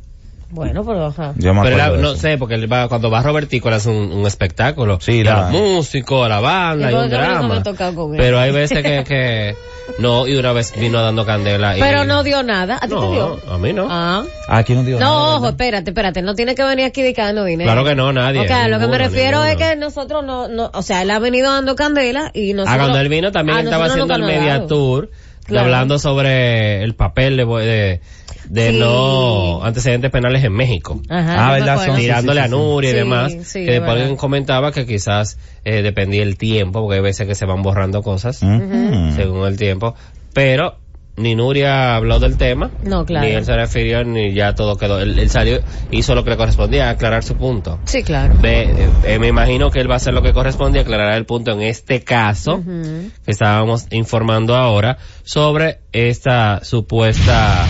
[SPEAKER 2] Bueno, pero ajá.
[SPEAKER 8] Yo me
[SPEAKER 3] Pero
[SPEAKER 8] acuerdo
[SPEAKER 3] la-
[SPEAKER 8] de
[SPEAKER 3] no
[SPEAKER 8] eso.
[SPEAKER 3] sé, porque él va- cuando va Robertico él hace un, un espectáculo. Y
[SPEAKER 8] Sí,
[SPEAKER 3] a
[SPEAKER 8] la-
[SPEAKER 3] los músicos, a la banda, y
[SPEAKER 2] Yo
[SPEAKER 3] un
[SPEAKER 2] creo que nunca me he
[SPEAKER 3] drama.
[SPEAKER 2] tocado con él.
[SPEAKER 3] Pero hay veces que, que... No, y una vez vino dando candela. y-
[SPEAKER 2] Pero no dio nada. ¿A ti te
[SPEAKER 3] No,
[SPEAKER 2] dio?
[SPEAKER 3] a mí no.
[SPEAKER 2] Ah.
[SPEAKER 8] Aquí nos dio
[SPEAKER 2] No,
[SPEAKER 8] nada,
[SPEAKER 2] ojo,
[SPEAKER 8] ¿verdad?
[SPEAKER 2] espérate, espérate. No tiene que venir aquí dedicando dinero.
[SPEAKER 3] Claro que no, nadie.
[SPEAKER 2] Ok, a lo que me
[SPEAKER 3] Ninguno,
[SPEAKER 2] refiero es
[SPEAKER 3] ninguno.
[SPEAKER 2] que nosotros no, no, o sea, él ha venido dando candela y nosotros...
[SPEAKER 3] Ah, cuando él vino también
[SPEAKER 2] a
[SPEAKER 3] él estaba
[SPEAKER 2] nosotros
[SPEAKER 3] haciendo
[SPEAKER 2] nunca
[SPEAKER 3] el
[SPEAKER 2] nos ha
[SPEAKER 3] media
[SPEAKER 2] dado.
[SPEAKER 3] tour, de
[SPEAKER 2] Claro.
[SPEAKER 3] hablando sobre el papel de, de, de
[SPEAKER 2] Sí.
[SPEAKER 3] no antecedentes penales en México.
[SPEAKER 2] Ajá,
[SPEAKER 8] Ah,
[SPEAKER 2] yo me
[SPEAKER 8] ¿verdad? Son-
[SPEAKER 2] acuerdo.
[SPEAKER 8] sí, sí,
[SPEAKER 3] Tirándole a
[SPEAKER 8] sí, sí.
[SPEAKER 3] Nuria
[SPEAKER 2] Sí,
[SPEAKER 3] y demás,
[SPEAKER 2] sí,
[SPEAKER 3] que
[SPEAKER 2] es
[SPEAKER 3] después alguien
[SPEAKER 2] verdad.
[SPEAKER 3] comentaba que quizás eh, dependía el tiempo, porque hay veces que se van borrando cosas
[SPEAKER 8] Ujú.
[SPEAKER 3] según el tiempo, pero ni Nuria habló del tema,
[SPEAKER 2] No, claro.
[SPEAKER 3] ni él se refirió, ni ya todo quedó. Él, él salió, hizo lo que le correspondía, aclarar su punto.
[SPEAKER 2] Sí, claro.
[SPEAKER 3] Ve, eh, eh, me imagino que él va a hacer lo que corresponde y aclarará el punto en este caso
[SPEAKER 2] Ujú.
[SPEAKER 3] que estábamos informando ahora sobre esta supuesta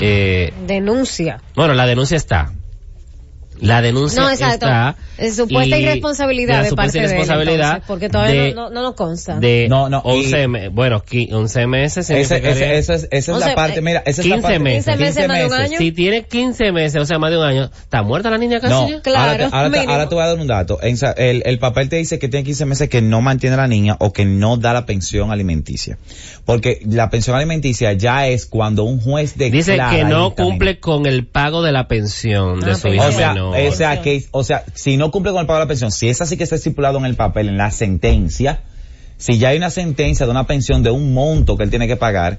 [SPEAKER 3] eh,
[SPEAKER 2] Denuncia.
[SPEAKER 3] bueno la denuncia está la denuncia
[SPEAKER 2] No, exacto.
[SPEAKER 3] está
[SPEAKER 2] Es supuesta
[SPEAKER 3] y-
[SPEAKER 2] irresponsabilidad
[SPEAKER 3] la
[SPEAKER 2] de
[SPEAKER 3] supuesta
[SPEAKER 2] parte de él,
[SPEAKER 3] irresponsabilidad
[SPEAKER 2] entonces, porque todavía
[SPEAKER 3] de-
[SPEAKER 2] no, no, no nos consta.
[SPEAKER 3] de
[SPEAKER 8] No, no, y-
[SPEAKER 3] 11 me- bueno qui- 11 meses
[SPEAKER 8] Ese-
[SPEAKER 3] significaría-
[SPEAKER 8] ese- esa es, esa es
[SPEAKER 2] Once-
[SPEAKER 8] la parte, mira, esa es la
[SPEAKER 3] 15
[SPEAKER 8] parte.
[SPEAKER 3] meses.
[SPEAKER 2] 15 meses más de un año.
[SPEAKER 3] si tiene 15 meses o sea más de un año está muerta la niña casi
[SPEAKER 8] No,
[SPEAKER 3] ya?
[SPEAKER 2] Claro,
[SPEAKER 8] ahora, te, ahora, te-
[SPEAKER 2] mínimo.
[SPEAKER 8] ahora te voy a dar un dato. En sa- el, el papel te dice que tiene 15 meses que no mantiene a la niña o que no da la pensión alimenticia. Porque la pensión alimenticia ya es cuando un juez declara.
[SPEAKER 3] dice que no
[SPEAKER 8] dictamina.
[SPEAKER 3] cumple con el pago de la pensión de
[SPEAKER 2] Ah,
[SPEAKER 3] su
[SPEAKER 2] pues
[SPEAKER 3] hija
[SPEAKER 8] O sea,
[SPEAKER 3] menor no.
[SPEAKER 8] O sea, que, o sea, si no cumple con el pago de la pensión, si es así que está estipulado en el papel, en la sentencia, si ya hay una sentencia de una pensión de un monto que él tiene que pagar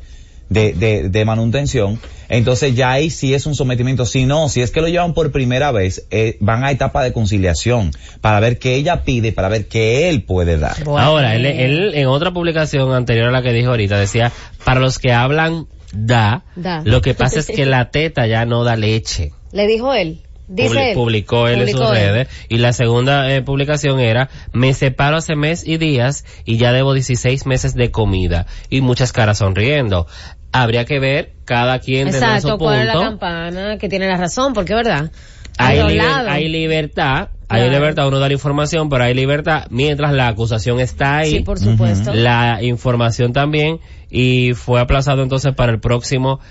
[SPEAKER 8] de, de, de manutención, entonces ya ahí sí es un sometimiento. Si no, si es que lo llevan por primera vez, eh, van a etapa de conciliación para ver qué ella pide, para ver qué él puede dar.
[SPEAKER 3] Ahora, él, él en otra publicación anterior a la que dijo ahorita decía, para los que hablan da,
[SPEAKER 2] Da.
[SPEAKER 3] lo que pasa es que la teta ya no da leche.
[SPEAKER 2] Le dijo él. Dice
[SPEAKER 3] Publi-
[SPEAKER 2] él.
[SPEAKER 3] publicó él en
[SPEAKER 2] Publicó
[SPEAKER 3] sus
[SPEAKER 2] él.
[SPEAKER 3] redes y la segunda eh, publicación era me separo hace mes y días y ya debo 16 meses de comida y muchas caras sonriendo habría que ver cada quien tendrá su
[SPEAKER 2] Exacto,
[SPEAKER 3] punto
[SPEAKER 2] cuál es la campana que tiene la razón, porque es verdad.
[SPEAKER 3] hay,
[SPEAKER 2] los
[SPEAKER 3] liber-
[SPEAKER 2] lados.
[SPEAKER 3] hay libertad hay
[SPEAKER 2] Claro.
[SPEAKER 3] libertad uno da la información pero hay libertad mientras la acusación está ahí
[SPEAKER 2] Sí, por supuesto.
[SPEAKER 3] la información también y fue aplazado entonces para el próximo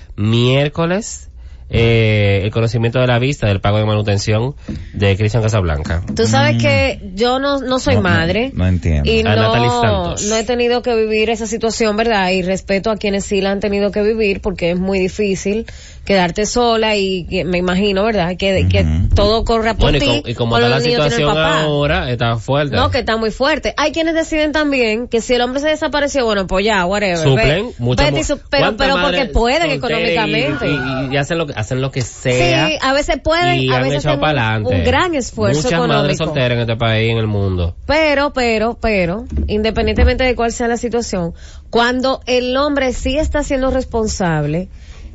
[SPEAKER 3] miércoles eh, el conocimiento de la vista del pago de manutención de Cristian Casablanca.
[SPEAKER 2] Tú sabes que yo no, no soy
[SPEAKER 8] Mm. No, no,
[SPEAKER 2] madre.
[SPEAKER 8] no entiendo.
[SPEAKER 2] Y
[SPEAKER 3] A Natalie
[SPEAKER 2] no,
[SPEAKER 3] Santos.
[SPEAKER 2] no he tenido que vivir esa situación, ¿verdad? Y respeto a quienes sí la han tenido que vivir porque es muy difícil quedarte sola y que- me imagino, ¿verdad? Que, que
[SPEAKER 8] Ujú.
[SPEAKER 2] todo corra por
[SPEAKER 3] Bueno, y,
[SPEAKER 2] ti.
[SPEAKER 3] co- y como
[SPEAKER 2] o
[SPEAKER 3] está
[SPEAKER 2] los
[SPEAKER 3] la
[SPEAKER 2] niños tienen
[SPEAKER 3] situación
[SPEAKER 2] papá.
[SPEAKER 3] ahora, está fuerte.
[SPEAKER 2] No, que está muy fuerte. Hay quienes deciden también que si el hombre se desapareció, bueno, pues ya, whatever.
[SPEAKER 3] suplen
[SPEAKER 2] ve-
[SPEAKER 3] muchas
[SPEAKER 2] vete y
[SPEAKER 3] mu-
[SPEAKER 2] su- pero,
[SPEAKER 3] ¿Cuántas
[SPEAKER 2] pero porque
[SPEAKER 3] madres
[SPEAKER 2] pueden
[SPEAKER 3] solteras y-
[SPEAKER 2] económicamente.
[SPEAKER 3] Y, y- y hacen lo que hacen lo que sea.
[SPEAKER 2] Sí, a veces pueden,
[SPEAKER 3] y
[SPEAKER 2] a
[SPEAKER 3] han
[SPEAKER 2] veces
[SPEAKER 3] echado
[SPEAKER 2] hacen un-
[SPEAKER 3] para adelante.
[SPEAKER 2] un gran esfuerzo
[SPEAKER 3] Muchas madres
[SPEAKER 2] económico.
[SPEAKER 3] solteras en este país y en el mundo.
[SPEAKER 2] Pero, pero, pero, independientemente de cuál sea la situación, cuando el hombre sí está siendo responsable,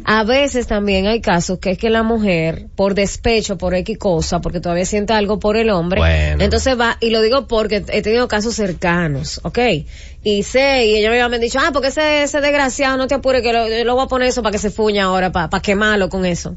[SPEAKER 2] a veces también hay casos que es que la mujer, por despecho, por X cosa, porque todavía siente algo por el hombre,
[SPEAKER 3] Bueno.
[SPEAKER 2] entonces va, y lo digo porque he tenido casos cercanos, ¿ok? Y sé, y ellos me han dicho, ah, porque ese, ese desgraciado, no te apures, que lo, yo lo voy a poner eso para que se fuña ahora, para quemarlo con eso.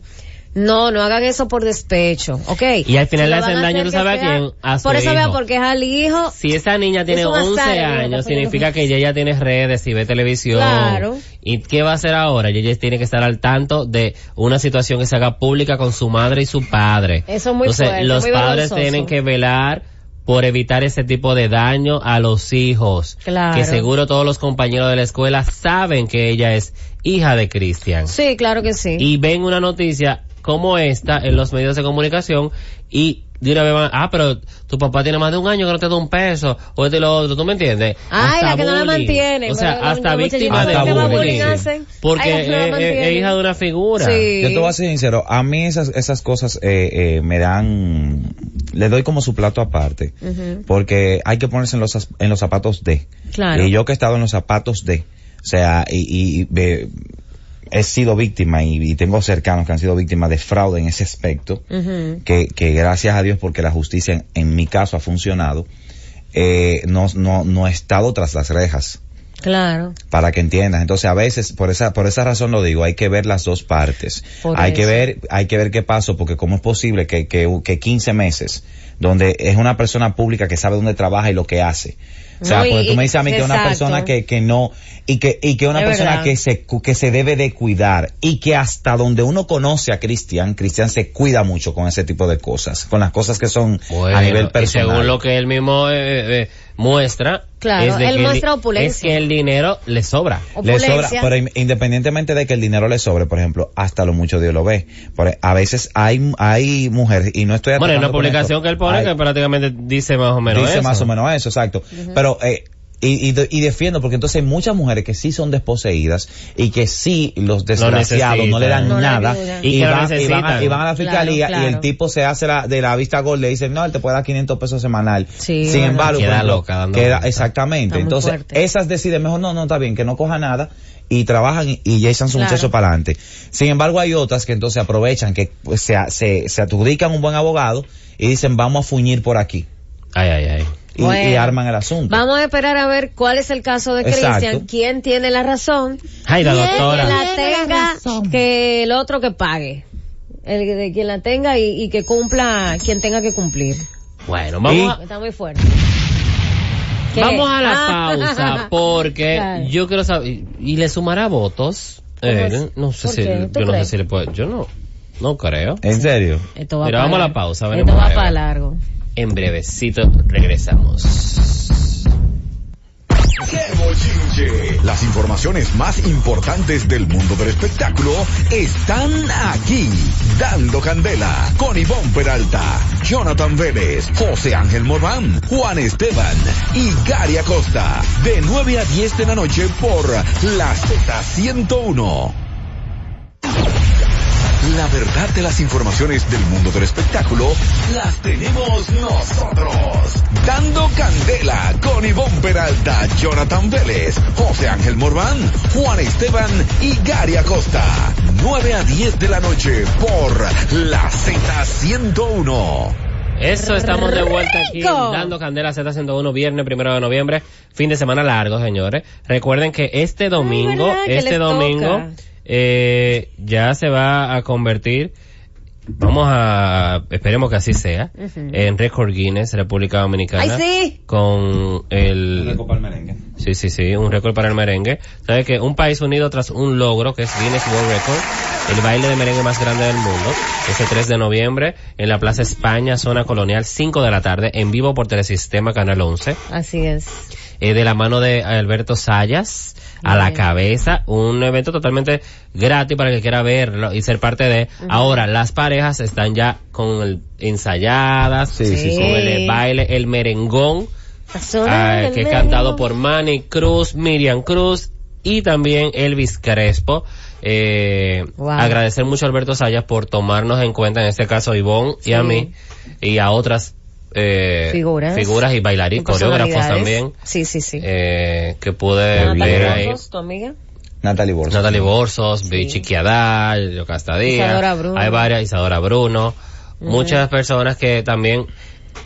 [SPEAKER 2] No, no hagan eso por despecho, ¿ok?
[SPEAKER 3] Y al final
[SPEAKER 2] Si
[SPEAKER 3] le
[SPEAKER 2] lo
[SPEAKER 3] hacen
[SPEAKER 2] van a
[SPEAKER 3] daño,
[SPEAKER 2] hacer
[SPEAKER 3] ¿tú
[SPEAKER 2] que
[SPEAKER 3] sabes a
[SPEAKER 2] sea-
[SPEAKER 3] quién? A su
[SPEAKER 2] Por eso vea,
[SPEAKER 3] hijo.
[SPEAKER 2] porque es al hijo,
[SPEAKER 3] Si esa niña tiene
[SPEAKER 2] Es un
[SPEAKER 3] 11
[SPEAKER 2] azar, mira,
[SPEAKER 3] años,
[SPEAKER 2] está poniendo
[SPEAKER 3] significa que
[SPEAKER 2] cosas.
[SPEAKER 3] ella ya tiene redes y ve televisión.
[SPEAKER 2] Claro.
[SPEAKER 3] ¿Y qué va a hacer ahora? Ella tiene que estar al tanto de una situación que se haga pública con su madre y su padre.
[SPEAKER 2] Eso es muy
[SPEAKER 3] Entonces,
[SPEAKER 2] fuerte,
[SPEAKER 3] los
[SPEAKER 2] muy
[SPEAKER 3] padres
[SPEAKER 2] vergonzoso.
[SPEAKER 3] tienen que velar por evitar ese tipo de daño a los hijos.
[SPEAKER 2] Claro.
[SPEAKER 3] Que seguro todos los compañeros de la escuela saben que ella es hija de Cristian
[SPEAKER 2] Sí, claro que sí.
[SPEAKER 3] y ven una noticia como esta en los medios de comunicación y de una vez van, ah, pero tu papá tiene más de un año que no te da un peso, o este y lo otro, ¿tú me entiendes?
[SPEAKER 2] Ay,
[SPEAKER 3] Hasta
[SPEAKER 2] la que no la
[SPEAKER 3] bullying.
[SPEAKER 2] mantiene,
[SPEAKER 3] O sea,
[SPEAKER 2] pero la-
[SPEAKER 3] hasta
[SPEAKER 2] la
[SPEAKER 3] víctima de
[SPEAKER 8] muchachita, ¿qué más
[SPEAKER 3] bullying.
[SPEAKER 8] bullying
[SPEAKER 2] hacen?
[SPEAKER 3] Porque
[SPEAKER 2] Ay, la que no la
[SPEAKER 3] es- es, es
[SPEAKER 2] mantiene.
[SPEAKER 3] hija de una figura.
[SPEAKER 2] Sí.
[SPEAKER 8] Yo te voy a ser sincero, a mí esas, esas cosas eh, eh, me dan, le doy como su plato aparte,
[SPEAKER 2] Ujú.
[SPEAKER 8] porque hay que ponerse en los, as- en los zapatos de.
[SPEAKER 2] Claro.
[SPEAKER 8] Y yo que he estado en los zapatos de, o sea, y, y- y ve- he sido víctima y, y tengo cercanos que han sido víctimas de fraude en ese aspecto,
[SPEAKER 2] Ujú.
[SPEAKER 8] que, que gracias a Dios porque la justicia en, en mi caso ha funcionado, eh, no, no, no he estado tras las rejas.
[SPEAKER 2] Claro.
[SPEAKER 8] para que entiendas. Entonces, a veces, por esa, por esa razón lo digo, hay que ver las dos partes.
[SPEAKER 2] Por
[SPEAKER 8] hay
[SPEAKER 2] eso.
[SPEAKER 8] que ver, hay que ver qué pasó, porque cómo es posible que, que, que 15 meses, donde es una persona pública que sabe dónde trabaja y lo que hace. O sea,
[SPEAKER 2] No, y-
[SPEAKER 8] porque tú me dices a mí que una
[SPEAKER 2] exacto.
[SPEAKER 8] persona que, que no, y que, y que una
[SPEAKER 2] Es
[SPEAKER 8] persona
[SPEAKER 2] verdad.
[SPEAKER 8] que se, cu- que se debe de cuidar, y que hasta donde uno conoce a Cristian, Cristian se cuida mucho con ese tipo de cosas, con las cosas que son
[SPEAKER 3] Bueno,
[SPEAKER 8] a
[SPEAKER 3] y
[SPEAKER 8] nivel personal.
[SPEAKER 3] según lo que él mismo eh, eh, muestra,
[SPEAKER 2] Claro,
[SPEAKER 3] es de
[SPEAKER 2] él
[SPEAKER 3] que el-
[SPEAKER 2] muestra opulencia.
[SPEAKER 3] Es que el dinero le sobra.
[SPEAKER 8] le sobra,
[SPEAKER 2] Opulencia.
[SPEAKER 8] pero in- independientemente de que el dinero le sobre, por ejemplo, hasta lo mucho Dios lo ve. Por, e, a veces hay, hay mujeres, y no estoy
[SPEAKER 3] Bueno, hay una
[SPEAKER 8] atacando con
[SPEAKER 3] publicación
[SPEAKER 8] esto.
[SPEAKER 3] que él pone
[SPEAKER 8] Hay-
[SPEAKER 3] que prácticamente dice más o menos
[SPEAKER 8] dice
[SPEAKER 3] eso.
[SPEAKER 8] más o menos eso, exacto. Pero, eh, y, y, de- y defiendo, porque entonces hay muchas mujeres que sí son desposeídas y que sí los desgraciados no le
[SPEAKER 3] necesitan.
[SPEAKER 8] dan
[SPEAKER 2] No le
[SPEAKER 8] nada
[SPEAKER 2] ayudan.
[SPEAKER 3] Y
[SPEAKER 8] y,
[SPEAKER 3] que lo
[SPEAKER 8] van, y van a,
[SPEAKER 3] necesitan.
[SPEAKER 8] y van a la fiscalía
[SPEAKER 2] Claro,
[SPEAKER 8] y
[SPEAKER 2] claro.
[SPEAKER 8] el tipo se hace la, de la vista gorda y le dicen, no, él te puede dar 500 pesos semanal.
[SPEAKER 2] Sí,
[SPEAKER 8] Sin
[SPEAKER 2] verdad.
[SPEAKER 8] embargo, por
[SPEAKER 3] Queda
[SPEAKER 8] ejemplo,
[SPEAKER 3] loca dando
[SPEAKER 8] queda-
[SPEAKER 3] vueltas.
[SPEAKER 8] exactamente.
[SPEAKER 2] Está muy
[SPEAKER 8] entonces,
[SPEAKER 2] fuerte.
[SPEAKER 8] esas deciden mejor, no, no, está bien, que no coja nada y trabajan y, y echan su
[SPEAKER 2] Claro.
[SPEAKER 8] muchacho para adelante. Sin embargo, hay otras que entonces aprovechan que pues, se, se, se adjudican un buen abogado y dicen, vamos a fuñir por aquí
[SPEAKER 3] Ay, ay, ay.
[SPEAKER 8] y,
[SPEAKER 2] Bueno.
[SPEAKER 8] y arman el asunto.
[SPEAKER 2] Vamos a esperar a ver cuál es el caso de
[SPEAKER 8] Exacto.
[SPEAKER 2] Cristian, quién tiene la razón,
[SPEAKER 3] Ay, la
[SPEAKER 2] quién
[SPEAKER 3] doctora.
[SPEAKER 2] la tenga, que el otro que pague. El de quien la tenga y, y que cumpla quien tenga que cumplir.
[SPEAKER 3] Bueno, vamos a...
[SPEAKER 2] Está muy fuerte. ¿Qué?
[SPEAKER 3] Vamos a la
[SPEAKER 2] Ah.
[SPEAKER 3] pausa porque
[SPEAKER 2] Claro.
[SPEAKER 3] yo quiero saber y- y le sumará votos.
[SPEAKER 2] ¿Cómo
[SPEAKER 3] Eh,
[SPEAKER 2] es?
[SPEAKER 3] no sé
[SPEAKER 2] ¿Por
[SPEAKER 3] si
[SPEAKER 2] qué?
[SPEAKER 3] yo
[SPEAKER 2] ¿Tú
[SPEAKER 3] no sé
[SPEAKER 2] crees?
[SPEAKER 3] si le puedo, yo no no creo.
[SPEAKER 8] ¿En serio?
[SPEAKER 2] Esto va
[SPEAKER 3] Pero
[SPEAKER 2] pa'
[SPEAKER 3] vamos a la
[SPEAKER 2] largo.
[SPEAKER 3] pausa,
[SPEAKER 2] Esto
[SPEAKER 3] venimos
[SPEAKER 2] va
[SPEAKER 3] breve.
[SPEAKER 2] para largo.
[SPEAKER 3] En brevecito regresamos.
[SPEAKER 1] ¡Qué bochinche! Las informaciones más importantes del mundo del espectáculo están aquí. Dando Candela con Ivonne Peralta, Jonathan Vélez, José Ángel Morán, Juan Esteban y Gary Acosta. De 9 a 10 de la noche por la Z101. La verdad de las informaciones del mundo del espectáculo las tenemos nosotros. Dando Candela con Ivonne Peralta, Jonathan Vélez, José Ángel Morván, Juan Esteban y Gary Acosta. 9 a 10 de la noche por la Z101.
[SPEAKER 3] Eso, estamos de vuelta aquí
[SPEAKER 2] ¡Rico!
[SPEAKER 3] en Dando Candela Z101, viernes primero de noviembre, fin de semana largo, señores. Recuerden que este domingo,
[SPEAKER 2] Ah, ¿verdad? Que
[SPEAKER 3] este
[SPEAKER 2] les
[SPEAKER 3] domingo,
[SPEAKER 2] toca.
[SPEAKER 3] eh, ya se va a convertir, vamos a, esperemos que así sea,
[SPEAKER 2] Ujú.
[SPEAKER 3] en Record Guinness, República Dominicana.
[SPEAKER 2] Mm. ¡Ay, sí!
[SPEAKER 3] Con el, Sí, sí, sí, un récord para el merengue. Sabes que un país unido tras un logro que es Guinness World Record, el baile de merengue más grande del mundo, este 3 de noviembre en la Plaza España, zona colonial, 5 de la tarde, en vivo por Telesistema Canal 11,
[SPEAKER 2] Así es.
[SPEAKER 3] eh, de la mano de Alberto Sayas a la
[SPEAKER 2] Bien.
[SPEAKER 3] cabeza, un evento totalmente gratis para el que quiera verlo y ser parte de. Ahora, las parejas están ya con el, ensayadas,
[SPEAKER 8] Sí, sí, sí.
[SPEAKER 3] con el baile, el merengón,
[SPEAKER 2] Pasora
[SPEAKER 3] Ah,
[SPEAKER 2] del
[SPEAKER 3] que es
[SPEAKER 2] medio.
[SPEAKER 3] cantado por Manny Cruz, Miriam Cruz y también Elvis Crespo. Eh,
[SPEAKER 2] Wow.
[SPEAKER 3] Agradecer mucho a Alberto Sayas por tomarnos en cuenta, en este caso a Ivonne y a
[SPEAKER 2] Sí.
[SPEAKER 3] mí y a otras eh,
[SPEAKER 2] Figuras.
[SPEAKER 3] figuras y bailarines, coreógrafos
[SPEAKER 2] Personalidades.
[SPEAKER 3] también,
[SPEAKER 2] Sí, sí, sí.
[SPEAKER 3] eh, que pude
[SPEAKER 2] Natalia
[SPEAKER 3] ver ahí.
[SPEAKER 2] Ramos, tu amiga.
[SPEAKER 8] Natalie Borges.
[SPEAKER 3] Natalie Borsos, Vichy Chiquiadal, Yocasta Díaz,
[SPEAKER 2] Isadora Bruno.
[SPEAKER 3] hay varias, Isadora Bruno, muchas personas que también, o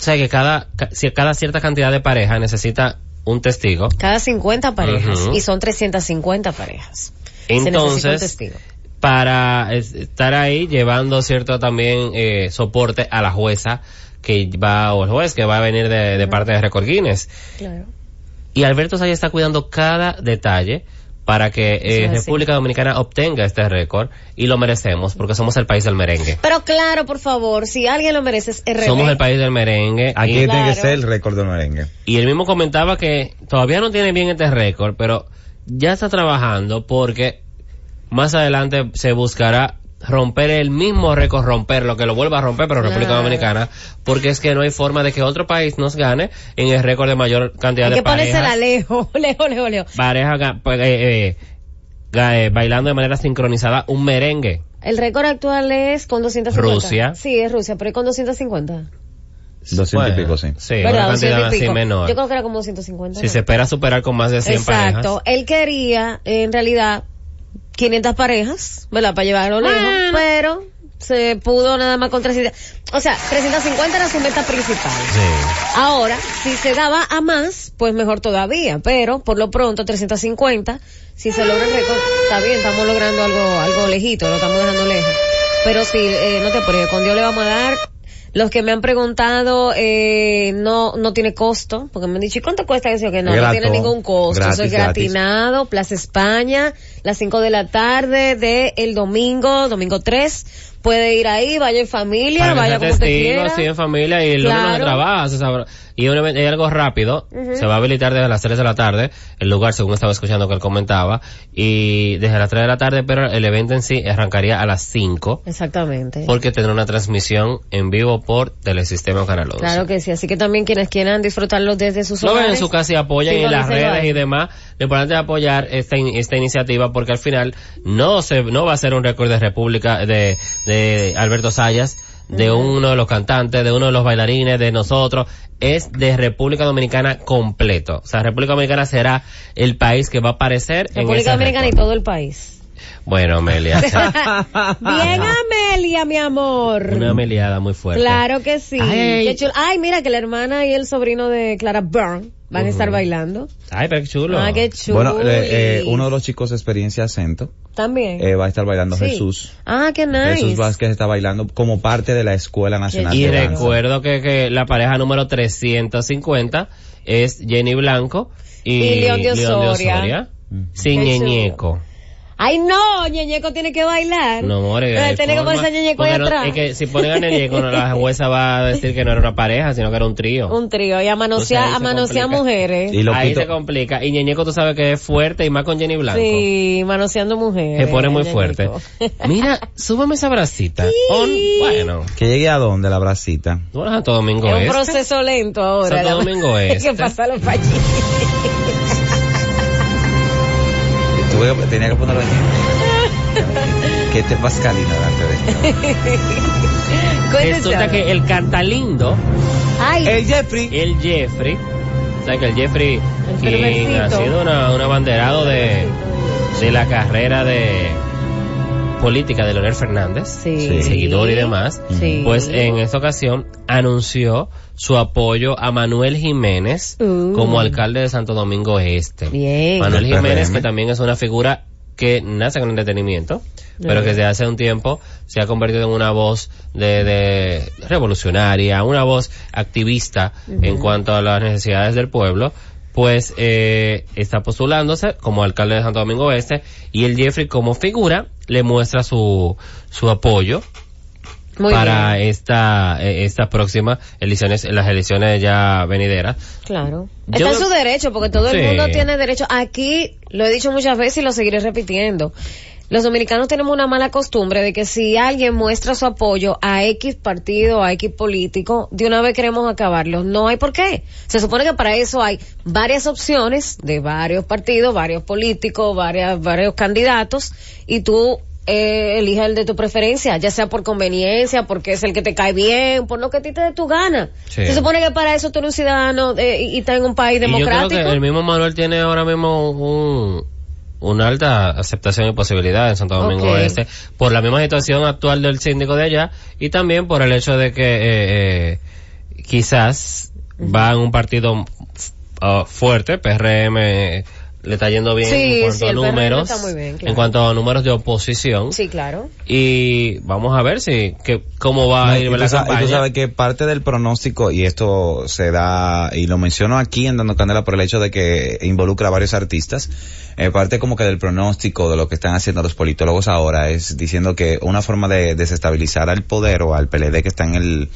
[SPEAKER 3] sea que cada, ca- si- cada cierta cantidad de pareja necesita un testigo.
[SPEAKER 2] Cada 50 parejas.
[SPEAKER 3] Ujú.
[SPEAKER 2] Y son 350 parejas. Se necesita un
[SPEAKER 3] Entonces,
[SPEAKER 2] testigo.
[SPEAKER 3] para es- estar ahí llevando cierto también eh, soporte a la jueza que va, o el juez que va a venir de, de parte de Record Guinness.
[SPEAKER 2] Claro.
[SPEAKER 3] Y Alberto Sayas está cuidando cada detalle para que eh,
[SPEAKER 2] Eso es así.
[SPEAKER 3] República Dominicana obtenga este récord y lo merecemos porque somos el país del merengue.
[SPEAKER 2] Pero claro, por favor, si alguien lo merece es RD.
[SPEAKER 3] Somos el país del merengue.
[SPEAKER 8] Aquí
[SPEAKER 3] y,
[SPEAKER 8] tiene que
[SPEAKER 2] Claro.
[SPEAKER 8] ser el récord del merengue.
[SPEAKER 3] y él mismo comentaba que todavía no tiene bien este récord, pero ya está trabajando porque más adelante se buscará romper el mismo récord, romperlo, que lo vuelva a romper, pero República
[SPEAKER 2] Claro.
[SPEAKER 3] Dominicana, porque es que no hay forma de que otro país nos gane en el récord de mayor cantidad
[SPEAKER 2] Hay que
[SPEAKER 3] de
[SPEAKER 2] ponerse
[SPEAKER 3] parejas.
[SPEAKER 2] la lejos, lejos, lejos, lejos.
[SPEAKER 3] parejas ga- pa- eh, eh, ga- eh, bailando de manera sincronizada un merengue.
[SPEAKER 2] El récord actual es con 250.
[SPEAKER 3] Rusia.
[SPEAKER 2] Sí, es Rusia, pero es con 250.
[SPEAKER 8] 200 y pico, sí.
[SPEAKER 3] Sí,
[SPEAKER 2] ¿Verdad?
[SPEAKER 3] una
[SPEAKER 2] 200 y
[SPEAKER 3] cantidad así
[SPEAKER 2] pico.
[SPEAKER 3] menor.
[SPEAKER 2] Yo creo que era como 250.
[SPEAKER 3] Si
[SPEAKER 2] ¿no?
[SPEAKER 3] se espera superar con más de 100 parejas.
[SPEAKER 2] Exacto. Él quería, eh, en realidad, 500 parejas, ¿verdad? Para llevarlo lejos, pero se pudo nada más con 300. O sea, 350 era su meta principal.
[SPEAKER 3] Sí.
[SPEAKER 2] Ahora, si se daba a más, pues mejor todavía, pero por lo pronto 350, si se logra el récord, está bien, estamos logrando algo, algo lejito, lo estamos dejando lejos. Pero sí, eh, no te preocupes, con Dios le vamos a dar. Los que me han preguntado, eh, no, no tiene costo, porque me han dicho, ¿y cuánto cuesta eso? Que no, no
[SPEAKER 8] Gratis,
[SPEAKER 2] tiene ningún costo. Eso es
[SPEAKER 8] gratis, gratis.
[SPEAKER 2] gratinado, Plaza España, las 5 de la tarde de el domingo, domingo 3. Puede ir ahí, vaya en familia,
[SPEAKER 3] Para que
[SPEAKER 2] vaya
[SPEAKER 3] sea
[SPEAKER 2] como usted
[SPEAKER 3] testigo,
[SPEAKER 2] quiera.
[SPEAKER 3] sí, en familia, y el lunes no se
[SPEAKER 2] Claro.
[SPEAKER 3] trabaja, se sabrá. Y un evento- es algo rápido, se va a habilitar desde las 3 de la tarde, el lugar según estaba escuchando que él comentaba, y desde las 3 de la tarde, pero el evento en sí arrancaría a las 5,
[SPEAKER 2] Exactamente.
[SPEAKER 3] porque tendrá una transmisión en vivo por Telesistema Canal 11.
[SPEAKER 2] Claro que sí, así que también quienes quieran disfrutarlo desde sus
[SPEAKER 3] lo ven en
[SPEAKER 2] hogares,
[SPEAKER 3] su casa y apoyan
[SPEAKER 2] Sí,
[SPEAKER 3] en las
[SPEAKER 2] sintonícenlo
[SPEAKER 3] redes
[SPEAKER 2] ahí.
[SPEAKER 3] y demás. Lo importante es apoyar esta, in- esta iniciativa porque al final no se, no va a ser un récord de República, de, de Alberto Sayas, de
[SPEAKER 2] Mm.
[SPEAKER 3] uno de los cantantes, de uno de los bailarines, de nosotros. Es de República Dominicana completo. O sea, República Dominicana será el país que va a aparecer en ese
[SPEAKER 2] República Dominicana y
[SPEAKER 3] récord.
[SPEAKER 2] todo el país.
[SPEAKER 3] Bueno, Amelia.
[SPEAKER 2] Bien, Amelia, mi amor.
[SPEAKER 3] una Ameliada muy fuerte.
[SPEAKER 2] Claro que sí.
[SPEAKER 3] Ay.
[SPEAKER 2] Qué chulo. Ay, mira que la hermana y el sobrino de Clara Byrne van a estar bailando.
[SPEAKER 3] Ay, pero qué chulo.
[SPEAKER 2] Ah, qué chulo.
[SPEAKER 8] Bueno, eh, eh, uno de los chicos de experiencia acento
[SPEAKER 2] También.
[SPEAKER 8] eh, va a estar bailando
[SPEAKER 2] Sí.
[SPEAKER 8] Jesús.
[SPEAKER 2] Ah, qué nice.
[SPEAKER 8] Jesús Vázquez está bailando como parte de la Escuela Nacional
[SPEAKER 3] Y
[SPEAKER 8] de Danza.
[SPEAKER 3] recuerdo que, que la pareja número 350 es Jenny Blanco y,
[SPEAKER 2] Y León de
[SPEAKER 3] León
[SPEAKER 2] Osoria.
[SPEAKER 3] Sin
[SPEAKER 2] Qué chulo.
[SPEAKER 3] ñeñeco.
[SPEAKER 2] Ay, no, Ñeñeco tiene que bailar.
[SPEAKER 3] No, more.
[SPEAKER 2] Pero
[SPEAKER 3] hay
[SPEAKER 2] tiene que
[SPEAKER 3] forma.
[SPEAKER 2] ponerse a Ñeñeco ahí
[SPEAKER 3] Porque no-
[SPEAKER 2] atrás.
[SPEAKER 3] Es que si ponen a Ñeñeco, no, la jueza va a decir que no era una pareja, sino que era un trío.
[SPEAKER 2] Un trío y a
[SPEAKER 3] Entonces, ahí
[SPEAKER 2] manosear,
[SPEAKER 3] se
[SPEAKER 2] a manosear
[SPEAKER 3] complica.
[SPEAKER 2] mujeres.
[SPEAKER 8] Y lo
[SPEAKER 3] Ahí
[SPEAKER 8] quito.
[SPEAKER 3] se complica. Y Ñeñeco tú sabes que es fuerte y más con Jenny Blanco.
[SPEAKER 2] Sí, manoseando mujeres.
[SPEAKER 3] Se pone muy
[SPEAKER 2] Ñeñeco.
[SPEAKER 3] fuerte. Mira, súbame esa bracita. On- bueno,
[SPEAKER 8] Que llegue a dónde la bracita.
[SPEAKER 3] tú eres Santo Domingo
[SPEAKER 2] Es un
[SPEAKER 3] Este.
[SPEAKER 2] proceso lento ahora.
[SPEAKER 3] Santo
[SPEAKER 2] la-
[SPEAKER 3] Domingo
[SPEAKER 2] Hay
[SPEAKER 3] Este.
[SPEAKER 2] que pasarlo para allí.
[SPEAKER 8] Tuve que- tenía que ponerlo este aquí. ¿Qué te pascalina delante de esto?
[SPEAKER 2] Cuéntese
[SPEAKER 3] Resulta
[SPEAKER 2] algo.
[SPEAKER 3] que el cantalindo,
[SPEAKER 2] Ay,
[SPEAKER 8] El Jeffrey.
[SPEAKER 3] el Jeffrey, o sea que el Jeffrey,
[SPEAKER 2] El
[SPEAKER 3] quien ha
[SPEAKER 2] perversito.
[SPEAKER 3] sido una- un abanderado de, de la carrera de política de Leonel Fernández,
[SPEAKER 2] Sí.
[SPEAKER 3] seguidor y demás,
[SPEAKER 2] Sí.
[SPEAKER 3] pues en esta ocasión anunció su apoyo a Manuel Jiménez
[SPEAKER 2] Uh.
[SPEAKER 3] como alcalde de Santo Domingo Este.
[SPEAKER 2] Bien.
[SPEAKER 3] Manuel
[SPEAKER 8] Del
[SPEAKER 3] Jiménez,
[SPEAKER 8] PRM.
[SPEAKER 3] que también es una figura que nace con el entretenimiento, pero que desde hace un tiempo se ha convertido en una voz de, de revolucionaria, una voz activista en cuanto a las necesidades del pueblo, pues eh, está postulándose como alcalde de Santo Domingo Oeste y el Jeffrey como figura le muestra su, su apoyo
[SPEAKER 2] muy
[SPEAKER 3] para
[SPEAKER 2] bien.
[SPEAKER 3] esta eh, estas próximas elecciones, las elecciones ya venideras.
[SPEAKER 2] Claro.
[SPEAKER 3] Yo
[SPEAKER 2] Está en
[SPEAKER 3] creo-
[SPEAKER 2] su derecho, porque todo
[SPEAKER 3] Sí.
[SPEAKER 2] el mundo tiene derecho. Aquí, lo he dicho muchas veces y lo seguiré repitiendo. Los dominicanos tenemos una mala costumbre de que si alguien muestra su apoyo a X partido, a X político, de una vez queremos acabarlos. No hay por qué. Se supone que para eso hay varias opciones de varios partidos, varios políticos, varias, varios candidatos, y tú eh, elija el de tu preferencia, ya sea por conveniencia, porque es el que te cae bien, por lo que a ti te dé tu gana.
[SPEAKER 3] Sí.
[SPEAKER 2] Se supone supone que para eso tú eres un ciudadano eh, y, y estás en un país
[SPEAKER 3] Y yo creo que el
[SPEAKER 2] democrático?
[SPEAKER 3] mismo Manuel tiene ahora mismo un, una alta aceptación y posibilidad en Santo Domingo
[SPEAKER 2] Ok.
[SPEAKER 3] Oeste por la misma situación actual del síndico de allá y también por el hecho de que eh, eh, quizás va en un partido ah, fuerte, PRM eh, le está yendo bien
[SPEAKER 2] Sí,
[SPEAKER 3] en cuanto
[SPEAKER 2] sí,
[SPEAKER 3] a
[SPEAKER 2] el PRM
[SPEAKER 3] números,
[SPEAKER 2] está muy bien, claro.
[SPEAKER 3] en cuanto a números de oposición
[SPEAKER 2] Sí, claro.
[SPEAKER 3] y vamos a ver si que cómo va
[SPEAKER 8] No,
[SPEAKER 3] a
[SPEAKER 8] y,
[SPEAKER 3] ir
[SPEAKER 8] tú
[SPEAKER 3] la
[SPEAKER 8] sa- y tú
[SPEAKER 3] campaña.
[SPEAKER 8] sabes que parte del pronóstico, y esto se da, y lo menciono aquí en Dando Candela por el hecho de que involucra a varios artistas, eh, parte como que del pronóstico de lo que están haciendo los politólogos ahora es diciendo que una forma de desestabilizar al poder o al PLD que está en el,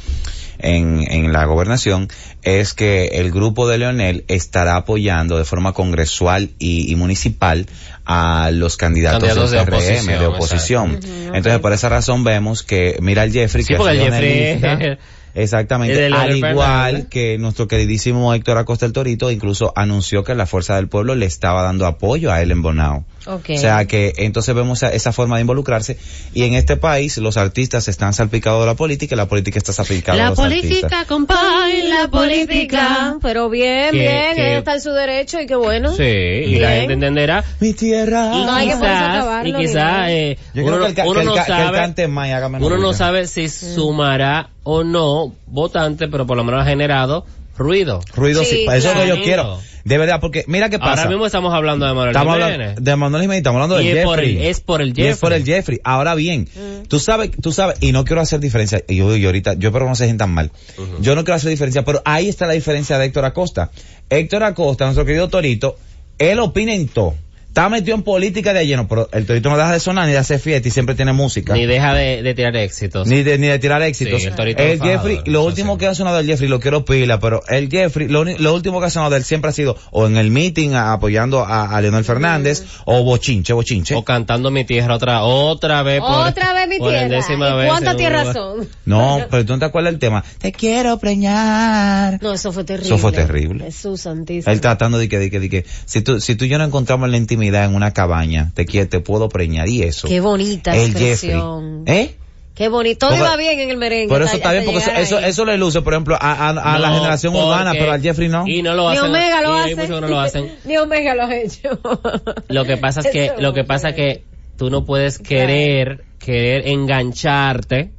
[SPEAKER 8] en, en la gobernación es que el grupo de Leonel estará apoyando de forma congresual y, y municipal a los candidatos,
[SPEAKER 3] Candidatos de
[SPEAKER 8] del PRM, de
[SPEAKER 3] oposición,
[SPEAKER 8] oposición. Entonces, por esa razón vemos que, mira al Jeffrey,
[SPEAKER 3] Sí,
[SPEAKER 8] que
[SPEAKER 3] porque
[SPEAKER 8] ha sido
[SPEAKER 3] el Jeffrey
[SPEAKER 8] analista,
[SPEAKER 3] es- es
[SPEAKER 8] Exactamente,
[SPEAKER 3] de
[SPEAKER 8] al
[SPEAKER 3] Leonel
[SPEAKER 8] igual
[SPEAKER 3] Fernández.
[SPEAKER 8] que nuestro queridísimo Héctor Acosta el Torito, incluso anunció que la Fuerza del Pueblo le estaba dando apoyo a él en Bonao.
[SPEAKER 2] Ok.
[SPEAKER 8] O sea que entonces vemos esa, esa forma de involucrarse y en este país los artistas están salpicados de la política y la política está salpicada de los artistas.
[SPEAKER 2] compay, la política. Pero bien,
[SPEAKER 3] Que-
[SPEAKER 2] bien,
[SPEAKER 3] que-
[SPEAKER 2] él está en su derecho y qué bueno.
[SPEAKER 3] Sí, y la
[SPEAKER 2] Bien.
[SPEAKER 3] gente entenderá
[SPEAKER 8] Mi tierra.
[SPEAKER 3] y
[SPEAKER 2] No hay que ponerse a
[SPEAKER 3] quizás,
[SPEAKER 2] acabarlo,
[SPEAKER 3] y quizás
[SPEAKER 2] ni
[SPEAKER 3] eh,
[SPEAKER 8] Yo
[SPEAKER 3] uno,
[SPEAKER 8] creo que el, ca-
[SPEAKER 3] uno
[SPEAKER 8] que el
[SPEAKER 3] no
[SPEAKER 8] ca- que el
[SPEAKER 3] sabe,
[SPEAKER 8] cante más y haga menos
[SPEAKER 3] uno no
[SPEAKER 8] bulla.
[SPEAKER 3] sabe si sumará o no votante, pero por lo menos ha generado ruido.
[SPEAKER 8] Ruido
[SPEAKER 2] Sí,
[SPEAKER 8] sí, para eso es lo que yo
[SPEAKER 3] claro.
[SPEAKER 8] quiero. De verdad, porque mira qué pasa.
[SPEAKER 3] Ahora mismo estamos hablando de Manuel
[SPEAKER 8] Estamos
[SPEAKER 3] Jiménez.
[SPEAKER 8] hablando de Manuel Jiménez, estamos hablando
[SPEAKER 3] Y
[SPEAKER 8] del
[SPEAKER 3] es por
[SPEAKER 8] Jeffrey.
[SPEAKER 3] el- es por el
[SPEAKER 8] Y es por el
[SPEAKER 3] Jeffrey. Mm.
[SPEAKER 8] Jeffrey. Ahora bien, tú sabes, tú sabes, y no quiero hacer diferencia, y yo, y ahorita, yo espero que no se sientan mal. Yo no quiero hacer diferencia, pero ahí está la diferencia de Héctor Acosta. Héctor Acosta, nuestro querido Torito, él opina en todo. Está metido en política de lleno, pero el Torito no deja de sonar ni de hacer fiesta y siempre tiene música.
[SPEAKER 3] Ni deja de, de tirar éxitos.
[SPEAKER 8] Ni de, ni de tirar éxitos.
[SPEAKER 3] Sí, el
[SPEAKER 8] el
[SPEAKER 3] Torito enfadado,
[SPEAKER 8] Jeffrey,
[SPEAKER 3] no
[SPEAKER 8] lo
[SPEAKER 3] sé
[SPEAKER 8] último
[SPEAKER 3] si.
[SPEAKER 8] que ha sonado del Jeffrey, lo quiero pila, pero el Jeffrey, lo, uni- lo último que ha sonado de él siempre ha sido o en el meeting a- apoyando a, a Leonel Fernández
[SPEAKER 3] Mm.
[SPEAKER 8] o bochinche, bochinche.
[SPEAKER 3] O cantando mi tierra otra otra vez. por-
[SPEAKER 2] Otra vez mi
[SPEAKER 3] por
[SPEAKER 2] tierra.
[SPEAKER 3] Décima
[SPEAKER 2] ¿Y
[SPEAKER 3] vez,
[SPEAKER 2] ¿Cuántas
[SPEAKER 3] seguro.
[SPEAKER 2] tierras son?
[SPEAKER 8] No, pero tú no te acuerdas del tema. Te quiero preñar.
[SPEAKER 2] No, eso fue terrible.
[SPEAKER 8] Eso fue terrible.
[SPEAKER 2] Jesús
[SPEAKER 8] Él
[SPEAKER 2] santísimo.
[SPEAKER 8] tratando de que, de que, de que, si tú, si tú y yo nos encontramos en la intimidad en una cabaña, te quiero, te puedo preñar y eso.
[SPEAKER 2] Qué bonita
[SPEAKER 8] el Jeffrey.
[SPEAKER 2] expresión.
[SPEAKER 8] ¿Eh?
[SPEAKER 2] Qué bonito. Todo
[SPEAKER 8] Porque-
[SPEAKER 2] iba bien en el merengue.
[SPEAKER 8] Pero
[SPEAKER 2] hasta-
[SPEAKER 8] eso está bien porque eso,
[SPEAKER 2] hasta
[SPEAKER 8] eso,
[SPEAKER 2] llegar ahí.
[SPEAKER 8] eso le luce, por ejemplo, a, a, a la
[SPEAKER 3] No,
[SPEAKER 8] generación
[SPEAKER 3] porque-
[SPEAKER 8] urbana, pero al Jeffrey no.
[SPEAKER 3] Y no lo
[SPEAKER 2] Ni
[SPEAKER 3] hacen.
[SPEAKER 2] Omega lo
[SPEAKER 3] y hay
[SPEAKER 2] hace.
[SPEAKER 3] muchos que no lo hacen.
[SPEAKER 2] Ni Omega lo ha hecho.
[SPEAKER 3] Lo que pasa es que,
[SPEAKER 2] Eso
[SPEAKER 3] lo que
[SPEAKER 2] es
[SPEAKER 3] pasa es que tú no puedes
[SPEAKER 2] Claro.
[SPEAKER 3] querer, querer engancharte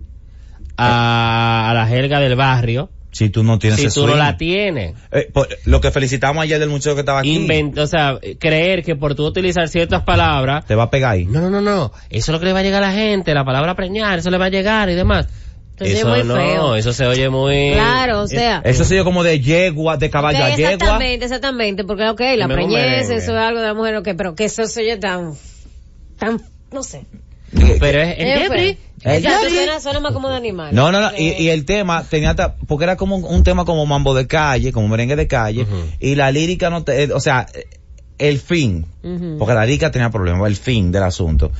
[SPEAKER 3] a, a la jerga del barrio
[SPEAKER 8] Si tú no tienes
[SPEAKER 3] si
[SPEAKER 8] ese
[SPEAKER 3] tú no
[SPEAKER 8] swing.
[SPEAKER 3] la tienes.
[SPEAKER 8] Eh, por- lo que felicitamos ayer del muchacho que estaba aquí.
[SPEAKER 3] Invent- o sea, creer que por tú utilizar ciertas palabras,
[SPEAKER 8] Te va a pegar ahí.
[SPEAKER 3] no, no, no, no, eso es lo que le va a llegar a la gente, la palabra preñar, eso le va a llegar y demás.
[SPEAKER 2] Entonces es
[SPEAKER 3] eso
[SPEAKER 2] muy
[SPEAKER 3] no,
[SPEAKER 2] feo.
[SPEAKER 3] eso se oye muy...
[SPEAKER 2] Claro, o sea.
[SPEAKER 8] Eso se dio como de yegua, de caballo a
[SPEAKER 2] Sí,
[SPEAKER 8] yegua.
[SPEAKER 2] exactamente, exactamente, porque ok, la
[SPEAKER 3] Primero un
[SPEAKER 2] preñez,
[SPEAKER 3] merengue.
[SPEAKER 2] eso es algo de la mujer, ok, pero que eso se oye tan tan, no sé.
[SPEAKER 3] Pero es el
[SPEAKER 2] Eh,
[SPEAKER 3] Jeffrey.
[SPEAKER 2] pues,
[SPEAKER 8] El
[SPEAKER 2] Exacto,
[SPEAKER 8] Jeffrey.
[SPEAKER 2] suena, suena más como de animal.
[SPEAKER 8] No, no, no. Y,
[SPEAKER 2] Eh,
[SPEAKER 8] y el tema tenía, ta- porque era como un, un tema como mambo de calle, como merengue de calle,
[SPEAKER 3] Ujú.
[SPEAKER 8] y la lírica no te, eh, o sea, eh, el fin,
[SPEAKER 2] Ujú.
[SPEAKER 8] porque la lírica tenía problemas, el fin del asunto.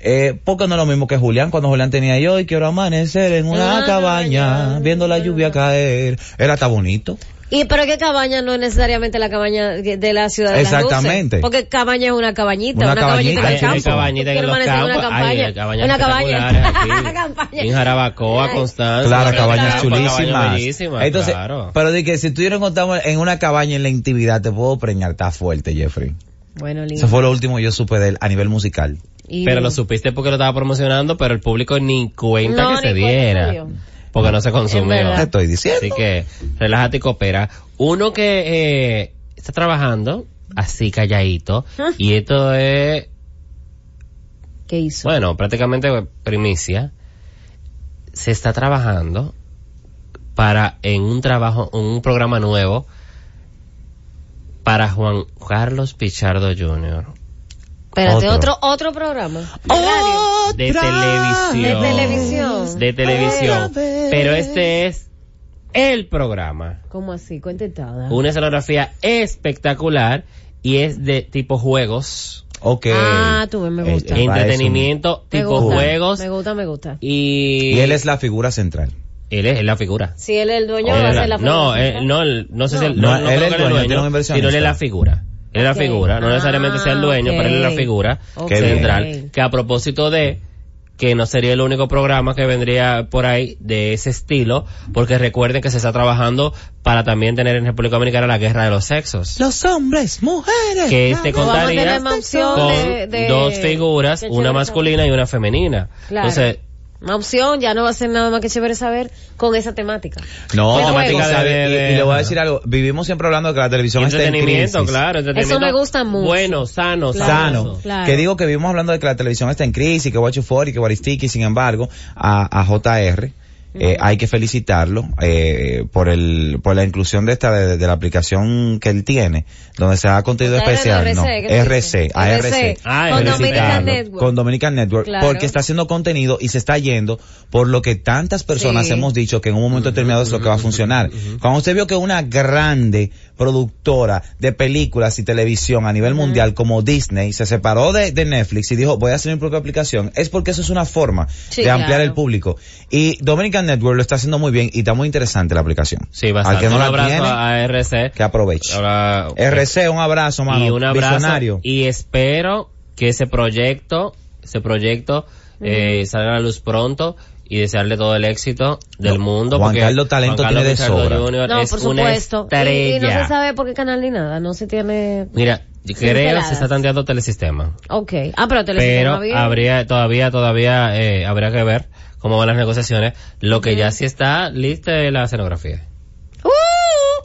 [SPEAKER 8] Eh, porque no es lo mismo que Julián, cuando Julián tenía yo y quiero amanecer en una
[SPEAKER 2] Ah,
[SPEAKER 8] cabaña,
[SPEAKER 2] ya.
[SPEAKER 8] viendo la lluvia caer, era tan bonito.
[SPEAKER 2] Y pero que cabaña no es necesariamente la cabaña que- de la ciudad de las Luces,
[SPEAKER 8] Exactamente.
[SPEAKER 2] porque cabaña es una cabañita,
[SPEAKER 8] Una
[SPEAKER 2] una, cabañita,
[SPEAKER 8] cabañita,
[SPEAKER 2] en
[SPEAKER 3] Hay,
[SPEAKER 2] el
[SPEAKER 8] sí,
[SPEAKER 3] hay
[SPEAKER 2] campo.
[SPEAKER 3] cabañitas
[SPEAKER 2] Tú
[SPEAKER 3] en los
[SPEAKER 2] quieres amanecer en
[SPEAKER 3] campos. Hay
[SPEAKER 2] Una cabaña.
[SPEAKER 3] hay cabañas
[SPEAKER 2] Una
[SPEAKER 3] espectaculares
[SPEAKER 2] cabaña.
[SPEAKER 3] aquí.
[SPEAKER 2] Cabaña.
[SPEAKER 3] En Jarabacoa,
[SPEAKER 2] Ay.
[SPEAKER 3] Constanza.
[SPEAKER 8] Claro,
[SPEAKER 2] Pero
[SPEAKER 8] cabañas
[SPEAKER 2] claro,
[SPEAKER 3] Cabañas
[SPEAKER 8] chulísimas.
[SPEAKER 3] bellísimas,
[SPEAKER 8] Entonces,
[SPEAKER 3] claro.
[SPEAKER 8] pero di que si tú y yo nos contamos en una cabaña en la intimidad, te puedo preñar, está fuerte, Jeffrey.
[SPEAKER 2] Bueno, lindo.
[SPEAKER 8] Eso fue lo último que yo supe de él a nivel musical.
[SPEAKER 2] Y-
[SPEAKER 3] Pero lo supiste porque lo estaba promocionando, pero el público ni cuenta
[SPEAKER 2] No,
[SPEAKER 3] que
[SPEAKER 2] ni
[SPEAKER 3] se
[SPEAKER 2] cuenta
[SPEAKER 3] diera.
[SPEAKER 2] se dio.
[SPEAKER 3] Porque no se
[SPEAKER 2] Es
[SPEAKER 3] consumió.
[SPEAKER 2] verdad.
[SPEAKER 8] Te estoy diciendo.
[SPEAKER 3] Así que, relájate y coopera. Uno que eh, está trabajando, así calladito,
[SPEAKER 2] Ah.
[SPEAKER 3] y esto es,
[SPEAKER 2] ¿Qué hizo?
[SPEAKER 3] bueno, prácticamente eh, primicia, se está trabajando para, en un trabajo, en un programa nuevo, para Juan Carlos Pichardo Jr.
[SPEAKER 2] Espérate,
[SPEAKER 8] Otro.
[SPEAKER 2] otro, otro programa.
[SPEAKER 3] Oh.
[SPEAKER 2] De radio.
[SPEAKER 3] De televisión.
[SPEAKER 2] De televisión.
[SPEAKER 3] De televisión. Pero este es el programa.
[SPEAKER 2] ¿Cómo así? Cuente toda.
[SPEAKER 3] Una escenografía espectacular y es de tipo juegos.
[SPEAKER 8] Ok.
[SPEAKER 2] Ah, tú ves, me
[SPEAKER 8] Eh,
[SPEAKER 2] gusta.
[SPEAKER 8] eh,
[SPEAKER 3] entretenimiento
[SPEAKER 2] Me
[SPEAKER 3] tipo
[SPEAKER 2] gusta,
[SPEAKER 3] juegos.
[SPEAKER 2] Me gusta, me gusta.
[SPEAKER 3] Y,
[SPEAKER 8] Y él es la figura central.
[SPEAKER 3] él es la figura.
[SPEAKER 2] Si él es el dueño,
[SPEAKER 3] Él
[SPEAKER 2] va a
[SPEAKER 3] es la-
[SPEAKER 2] ser la
[SPEAKER 3] Oh, no,
[SPEAKER 2] figura.
[SPEAKER 3] él- no, él- no sé si él,
[SPEAKER 8] No,
[SPEAKER 3] no,
[SPEAKER 8] él
[SPEAKER 3] no
[SPEAKER 8] es
[SPEAKER 3] creo que
[SPEAKER 8] dueño,
[SPEAKER 3] él es
[SPEAKER 8] tiene un
[SPEAKER 3] dueño,
[SPEAKER 8] inversionista.
[SPEAKER 3] sino él es la figura. Él es la
[SPEAKER 2] Ok.
[SPEAKER 3] figura, no necesariamente sea el dueño,
[SPEAKER 2] Ah,
[SPEAKER 3] pero él es la
[SPEAKER 2] ok.
[SPEAKER 3] figura
[SPEAKER 2] Ok.
[SPEAKER 3] central. Que a propósito de que no sería el único programa que vendría por ahí de ese estilo, porque recuerden que se está trabajando para también tener en República Dominicana la guerra de los sexos.
[SPEAKER 5] Los hombres, mujeres.
[SPEAKER 3] que este
[SPEAKER 2] Vamos a tener
[SPEAKER 3] contaría
[SPEAKER 2] más opción
[SPEAKER 3] con
[SPEAKER 2] de- de-
[SPEAKER 3] dos figuras,
[SPEAKER 2] Qué
[SPEAKER 3] una
[SPEAKER 2] chévere
[SPEAKER 3] masculina y una femenina.
[SPEAKER 2] Claro.
[SPEAKER 3] Entonces,
[SPEAKER 2] Una opción, ya no va a ser nada más que chévere saber con esa temática.
[SPEAKER 8] No,
[SPEAKER 3] Fue
[SPEAKER 8] no,
[SPEAKER 3] temática
[SPEAKER 8] tú sabes,
[SPEAKER 3] de-
[SPEAKER 8] y-
[SPEAKER 3] de-
[SPEAKER 8] y, le voy a decir algo. Vivimos siempre hablando de que la televisión está en crisis.
[SPEAKER 3] entretenimiento, claro. entretenimiento
[SPEAKER 2] me gusta mucho.
[SPEAKER 3] Bueno, sano,
[SPEAKER 2] Claro.
[SPEAKER 8] Sano.
[SPEAKER 2] Claro.
[SPEAKER 8] Que digo que vivimos hablando de que la televisión está en crisis, que Watch y que Waristiki, sin embargo, a, a JR. eh, hay que felicitarlo eh, por el por la inclusión de esta de, de la aplicación que él tiene donde se da contenido
[SPEAKER 2] JR de
[SPEAKER 8] especial no
[SPEAKER 2] RC, ¿qué te
[SPEAKER 8] RC
[SPEAKER 2] dice?
[SPEAKER 8] ARC
[SPEAKER 3] Ah,
[SPEAKER 2] con
[SPEAKER 3] RC.
[SPEAKER 2] Dominican
[SPEAKER 3] Felicitarlo.
[SPEAKER 2] Network.
[SPEAKER 8] con Dominican Network,
[SPEAKER 2] Claro.
[SPEAKER 8] porque está haciendo contenido y se está yendo por lo que tantas personas
[SPEAKER 2] Sí.
[SPEAKER 8] hemos dicho que en un momento determinado es lo que va a funcionar. Cuando usted vio que una grande productora de películas y televisión a nivel mundial como Disney se separó de, de Netflix y dijo voy a hacer mi propia aplicación, es porque eso es una forma
[SPEAKER 2] Sí,
[SPEAKER 8] de ampliar
[SPEAKER 2] claro.
[SPEAKER 8] el público. Y Dominican Network lo está haciendo muy bien y está muy interesante la aplicación.
[SPEAKER 3] Sí,
[SPEAKER 8] Al
[SPEAKER 3] bastante.
[SPEAKER 8] que no
[SPEAKER 3] un
[SPEAKER 8] la
[SPEAKER 3] abrazo
[SPEAKER 8] tiene,
[SPEAKER 3] a RC.
[SPEAKER 8] que aproveche.
[SPEAKER 3] Ahora- eh,
[SPEAKER 8] RC, un abrazo, mano.
[SPEAKER 3] y un abrazo.
[SPEAKER 8] Visionario.
[SPEAKER 3] Y espero que ese proyecto, ese proyecto, eh, salga a la luz pronto y desearle todo el éxito del
[SPEAKER 8] No,
[SPEAKER 3] mundo.
[SPEAKER 8] Juan
[SPEAKER 3] porque
[SPEAKER 8] Carlos talento
[SPEAKER 3] Juan Carlos
[SPEAKER 8] tiene de
[SPEAKER 3] Pichardo
[SPEAKER 8] sobra.
[SPEAKER 3] Jr.
[SPEAKER 2] No,
[SPEAKER 3] es
[SPEAKER 2] por
[SPEAKER 3] una
[SPEAKER 2] supuesto. Y,
[SPEAKER 3] estrella.
[SPEAKER 2] y no se sabe por qué canal ni nada, no se tiene...
[SPEAKER 3] Mira, creo que
[SPEAKER 2] Pinceladas.
[SPEAKER 3] se está tanteando telesistema.
[SPEAKER 2] Ok. Ah, pero televisión
[SPEAKER 3] pero
[SPEAKER 2] va bien.
[SPEAKER 3] habría todavía todavía eh, habría que ver cómo van las negociaciones lo que ya sí está lista es la escenografía
[SPEAKER 2] Uh,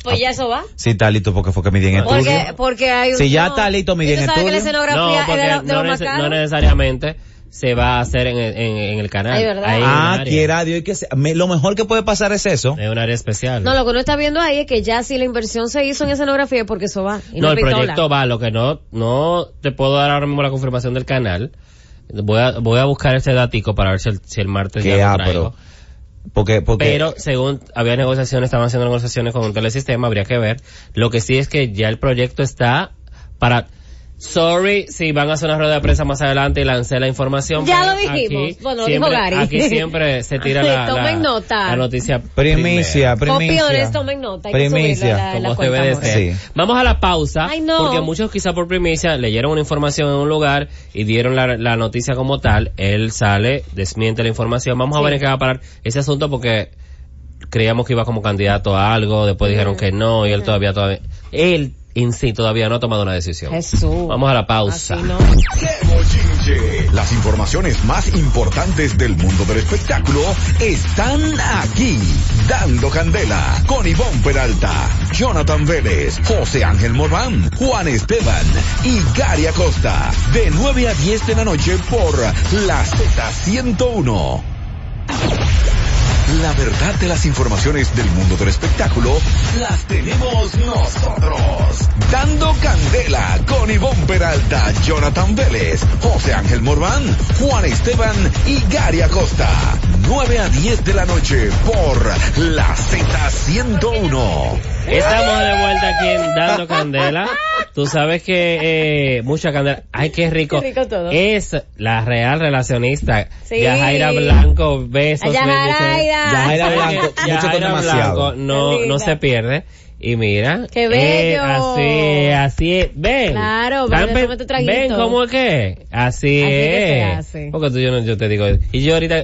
[SPEAKER 2] pues ya eso va.
[SPEAKER 8] Sí, Talito, porque fue que me di en estudio.
[SPEAKER 2] Porque, porque hay un...
[SPEAKER 8] Si ya
[SPEAKER 2] no.
[SPEAKER 8] está listo, Miguel,
[SPEAKER 2] ¿Y tú sabes que la
[SPEAKER 8] estudio?
[SPEAKER 2] escenografía
[SPEAKER 3] no porque
[SPEAKER 2] era de
[SPEAKER 3] no,
[SPEAKER 2] lo más
[SPEAKER 3] nece-
[SPEAKER 2] caro?
[SPEAKER 3] no necesariamente se va a hacer en, el- en- en el canal
[SPEAKER 2] Ay, ¿verdad?
[SPEAKER 3] Hay un
[SPEAKER 8] Ah,
[SPEAKER 3] área.
[SPEAKER 8] quiera Dios que sea. Me- lo mejor que puede pasar es eso.
[SPEAKER 3] es un área especial
[SPEAKER 2] No, lo que uno está viendo ahí es que ya si la inversión se hizo en escenografía es porque eso va. Y
[SPEAKER 3] No,
[SPEAKER 2] no,
[SPEAKER 3] el
[SPEAKER 2] pistola.
[SPEAKER 3] proyecto va lo que no no te puedo dar ahora mismo la confirmación del canal voy a voy a buscar ese datico para ver si el, si el martes
[SPEAKER 8] Que
[SPEAKER 3] ya lo
[SPEAKER 8] ah,
[SPEAKER 3] traigo.
[SPEAKER 8] pero. Porque, porque.
[SPEAKER 3] Pero según había negociaciones, estaban haciendo negociaciones con un telesistema, habría que ver. Lo que sí es que ya el proyecto está para... Sorry si van a hacer una rueda de prensa más adelante y lancé la información.
[SPEAKER 2] Ya
[SPEAKER 3] pero
[SPEAKER 2] lo dijimos. Bueno, lo
[SPEAKER 3] siempre-
[SPEAKER 2] dijo Gary.
[SPEAKER 3] Aquí siempre se tira la, la,
[SPEAKER 2] Tomen nota.
[SPEAKER 3] la noticia.
[SPEAKER 8] primicia, primicia.
[SPEAKER 2] Copiones, tomen nota. Hay que subirlo
[SPEAKER 8] Primicia.
[SPEAKER 2] a la, a la
[SPEAKER 3] Como
[SPEAKER 2] cuenta,
[SPEAKER 3] debe de
[SPEAKER 2] amor.
[SPEAKER 8] Sí.
[SPEAKER 3] ser. Vamos a la pausa,
[SPEAKER 2] Ay, no.
[SPEAKER 3] porque muchos quizá por primicia leyeron una información en un lugar y dieron la, la noticia como tal, él sale, desmiente la información, vamos a ver en qué va a parar ese asunto porque creíamos que iba como candidato a algo, después
[SPEAKER 2] Mm.
[SPEAKER 3] dijeron que no y él todavía, todavía, él en sí todavía no ha tomado una decisión.
[SPEAKER 2] Jesús.
[SPEAKER 3] Vamos a la pausa.
[SPEAKER 2] Así no.
[SPEAKER 1] ¡Qué bochinche! Las informaciones más importantes del mundo del espectáculo están aquí. Dando Candela con Ivonne Peralta, Jonathan Vélez, José Ángel Morván, Juan Esteban y Gary Acosta. De 9 a 10 de la noche por La Z101. La verdad de las informaciones del mundo del espectáculo las tenemos nosotros. Dando Candela con Ivonne Peralta, Jonathan Vélez, José Ángel Morván, Juan Esteban y Gary Acosta. 9 a 10 de la noche por La Z101.
[SPEAKER 3] Estamos de vuelta aquí en Dando Candela. Tú sabes que eh, mucha candela. Ay, qué rico.
[SPEAKER 2] Qué rico todo.
[SPEAKER 3] Es la real relacionista.
[SPEAKER 2] Sí.
[SPEAKER 3] Yajaira Blanco, besos.
[SPEAKER 2] Ay, Yajaira.
[SPEAKER 3] bendiciones.
[SPEAKER 8] Yajaira
[SPEAKER 3] ¿Sabes
[SPEAKER 8] Blanco,
[SPEAKER 3] qué?
[SPEAKER 8] mucho con
[SPEAKER 3] Yajaira
[SPEAKER 8] demasiado.
[SPEAKER 3] Blanco no,
[SPEAKER 2] Qué
[SPEAKER 3] no
[SPEAKER 2] linda.
[SPEAKER 3] se pierde. Y mira.
[SPEAKER 2] Qué
[SPEAKER 3] eh,
[SPEAKER 2] bello.
[SPEAKER 3] así, así es. Ven.
[SPEAKER 2] Claro,
[SPEAKER 3] Tan
[SPEAKER 2] pero
[SPEAKER 3] pe-
[SPEAKER 2] toma tu traguito.
[SPEAKER 3] Ven, ¿cómo es que?
[SPEAKER 2] Así
[SPEAKER 3] Así,
[SPEAKER 2] es que se
[SPEAKER 3] es.
[SPEAKER 2] hace.
[SPEAKER 3] Porque tú, yo, no- yo te digo. Y yo ahorita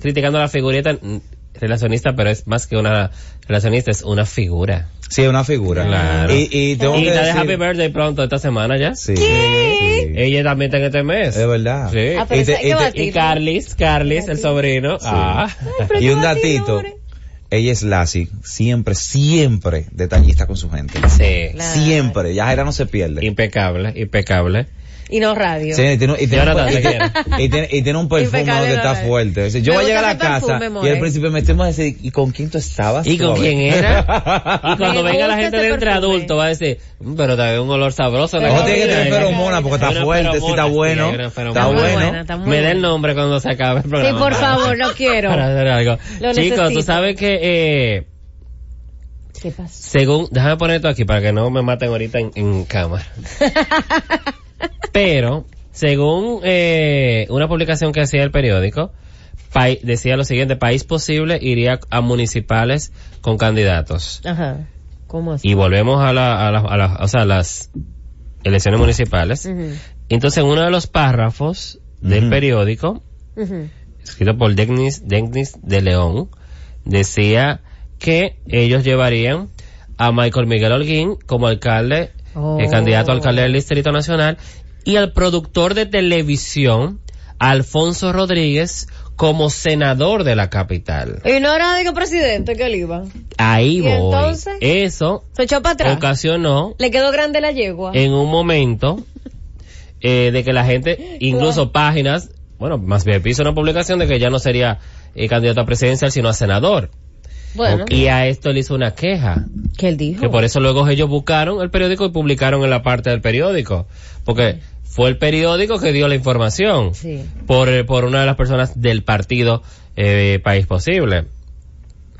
[SPEAKER 3] criticando la figurita mm, relacionista, pero es más que una relacionista, es una figura.
[SPEAKER 8] Sí, es una figura.
[SPEAKER 3] Claro.
[SPEAKER 8] Y, y tengo
[SPEAKER 3] Y
[SPEAKER 8] que
[SPEAKER 3] la de
[SPEAKER 8] decir-
[SPEAKER 3] Happy Birthday pronto esta semana ya.
[SPEAKER 8] Sí. sí.
[SPEAKER 3] Ella también está en este mes.
[SPEAKER 8] Es verdad.
[SPEAKER 3] Sí.
[SPEAKER 2] Ah, pero
[SPEAKER 8] Y te-
[SPEAKER 2] eso hay
[SPEAKER 8] y
[SPEAKER 2] que
[SPEAKER 8] te-
[SPEAKER 2] batirlo.
[SPEAKER 3] Y Carlis, Carlis, el sobrino. Ah.
[SPEAKER 2] Pero
[SPEAKER 8] Y
[SPEAKER 2] qué
[SPEAKER 8] un datito.
[SPEAKER 2] batidores.
[SPEAKER 8] Ella es Lassie, siempre, siempre detallista con su gente.
[SPEAKER 3] Sí.
[SPEAKER 2] Claro.
[SPEAKER 8] Siempre. Yajaira no se pierde.
[SPEAKER 3] Impecable, impecable.
[SPEAKER 2] Y no radio.
[SPEAKER 8] Sí, y tiene, y tiene
[SPEAKER 3] Jonathan,
[SPEAKER 8] un,
[SPEAKER 3] te
[SPEAKER 8] y tiene- y tiene- y tiene un perfume
[SPEAKER 2] Impecable,
[SPEAKER 8] ¿no? que está
[SPEAKER 2] Jonathan.
[SPEAKER 8] fuerte. Dice, yo
[SPEAKER 2] Me
[SPEAKER 8] voy a llegar a la
[SPEAKER 2] gusta mi
[SPEAKER 8] casa
[SPEAKER 2] perfume,
[SPEAKER 8] y
[SPEAKER 2] more.
[SPEAKER 8] al principio me estemos a decir, ¿y con quién tú estabas?
[SPEAKER 3] ¿Y con
[SPEAKER 8] suave?"
[SPEAKER 3] quién era? Y cuando
[SPEAKER 2] Me
[SPEAKER 3] venga la
[SPEAKER 2] gusta
[SPEAKER 3] gente
[SPEAKER 2] ese
[SPEAKER 3] de entre
[SPEAKER 2] perfume.
[SPEAKER 3] adulto va a decir, "Mm, pero te un olor sabroso.
[SPEAKER 8] Ojo, tiene que tener
[SPEAKER 2] Pero-
[SPEAKER 8] feromona porque está
[SPEAKER 3] Una
[SPEAKER 8] fuerte, sí
[SPEAKER 3] feromona,
[SPEAKER 8] está
[SPEAKER 3] sí,
[SPEAKER 8] bueno.
[SPEAKER 3] hay una feromona.
[SPEAKER 8] Está
[SPEAKER 2] muy
[SPEAKER 8] bueno.
[SPEAKER 2] buena, está muy
[SPEAKER 3] Me da
[SPEAKER 2] buena.
[SPEAKER 3] el nombre cuando se acabe el
[SPEAKER 2] Sí,
[SPEAKER 3] programa.
[SPEAKER 2] por favor, no quiero.
[SPEAKER 3] Para hacer algo.
[SPEAKER 2] Lo
[SPEAKER 3] Chicos, tú
[SPEAKER 2] necesito.
[SPEAKER 3] sabes que, eh,
[SPEAKER 2] ¿Qué pasó?
[SPEAKER 3] Según, déjame poner esto aquí para que no me maten ahorita en, en cámara. Pero, según eh, una publicación que hacía el periódico, pai- decía lo siguiente, País Posible iría a municipales con candidatos.
[SPEAKER 2] Ajá. ¿Cómo así?
[SPEAKER 3] Y volvemos a, la, a, la- a la- o sea, a las elecciones municipales.
[SPEAKER 2] Ujú,
[SPEAKER 3] Entonces, en uno de los párrafos del
[SPEAKER 8] Ujú.
[SPEAKER 3] periódico,
[SPEAKER 2] ujú.
[SPEAKER 3] escrito por Dennis, Dennis de León, decía que ellos llevarían a Michael Miguel Holguín como alcalde,
[SPEAKER 2] Oh.
[SPEAKER 3] eh, candidato a alcalde del Distrito Nacional, y al productor de televisión, Alfonso Rodríguez, como senador de la capital.
[SPEAKER 2] Y no era, digo, presidente, que oliva.
[SPEAKER 3] Ahí
[SPEAKER 2] ¿Y
[SPEAKER 3] voy.
[SPEAKER 2] entonces?
[SPEAKER 3] Eso
[SPEAKER 2] Se echó para atrás.
[SPEAKER 3] ocasionó
[SPEAKER 2] Le quedó grande la yegua.
[SPEAKER 8] Eh,
[SPEAKER 3] en un momento eh, de que la gente, incluso páginas, bueno, más bien hizo una publicación de que ya no sería eh, candidato a presidencial, sino a senador.
[SPEAKER 2] bueno,
[SPEAKER 3] Y a esto le hizo una queja.
[SPEAKER 2] que él dijo.
[SPEAKER 3] Que por eso luego ellos buscaron el periódico y publicaron en la parte del periódico. Porque fue el periódico que dio la información.
[SPEAKER 2] Sí.
[SPEAKER 3] Por, eh, por una de las personas del partido eh, País Posible.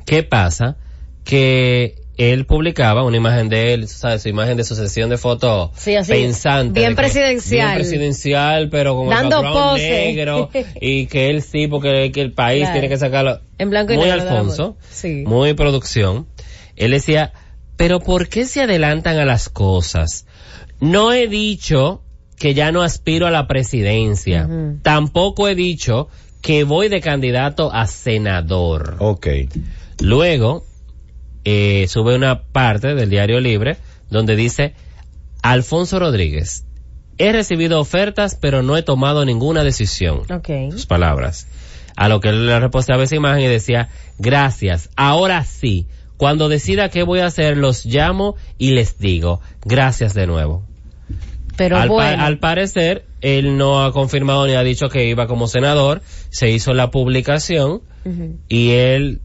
[SPEAKER 3] ¿Qué pasa? Que él publicaba una imagen de él, ¿sabes? Su imagen de su sesión de fotos
[SPEAKER 2] Sí, así,
[SPEAKER 3] pensante.
[SPEAKER 2] bien
[SPEAKER 3] de que-
[SPEAKER 2] presidencial.
[SPEAKER 3] Bien presidencial, pero con
[SPEAKER 2] Dando
[SPEAKER 3] el background
[SPEAKER 2] pose.
[SPEAKER 3] negro. Y que él sí, porque que el país
[SPEAKER 2] Claro.
[SPEAKER 3] tiene que sacarlo
[SPEAKER 2] En blanco y
[SPEAKER 3] muy
[SPEAKER 2] negro. de la
[SPEAKER 3] Alfonso,
[SPEAKER 2] voz. Sí.
[SPEAKER 3] muy producción. Él decía, pero ¿por qué se adelantan a las cosas? No he dicho que ya no aspiro a la presidencia.
[SPEAKER 2] Ujú.
[SPEAKER 3] Tampoco he dicho que voy de candidato a senador.
[SPEAKER 8] Ok.
[SPEAKER 3] Luego, eh, sube una parte del diario Libre donde dice, Alfonso Rodríguez, he recibido ofertas pero no he tomado ninguna decisión
[SPEAKER 2] Ok.
[SPEAKER 3] sus palabras. A lo que él le reposteaba esa imagen y decía, gracias, ahora sí, cuando decida qué voy a hacer, los llamo y les digo, gracias de nuevo.
[SPEAKER 2] Pero
[SPEAKER 3] al, pa-
[SPEAKER 2] bueno.
[SPEAKER 3] al parecer, él no ha confirmado ni ha dicho que iba como senador, se hizo la publicación
[SPEAKER 2] Ujú.
[SPEAKER 3] y él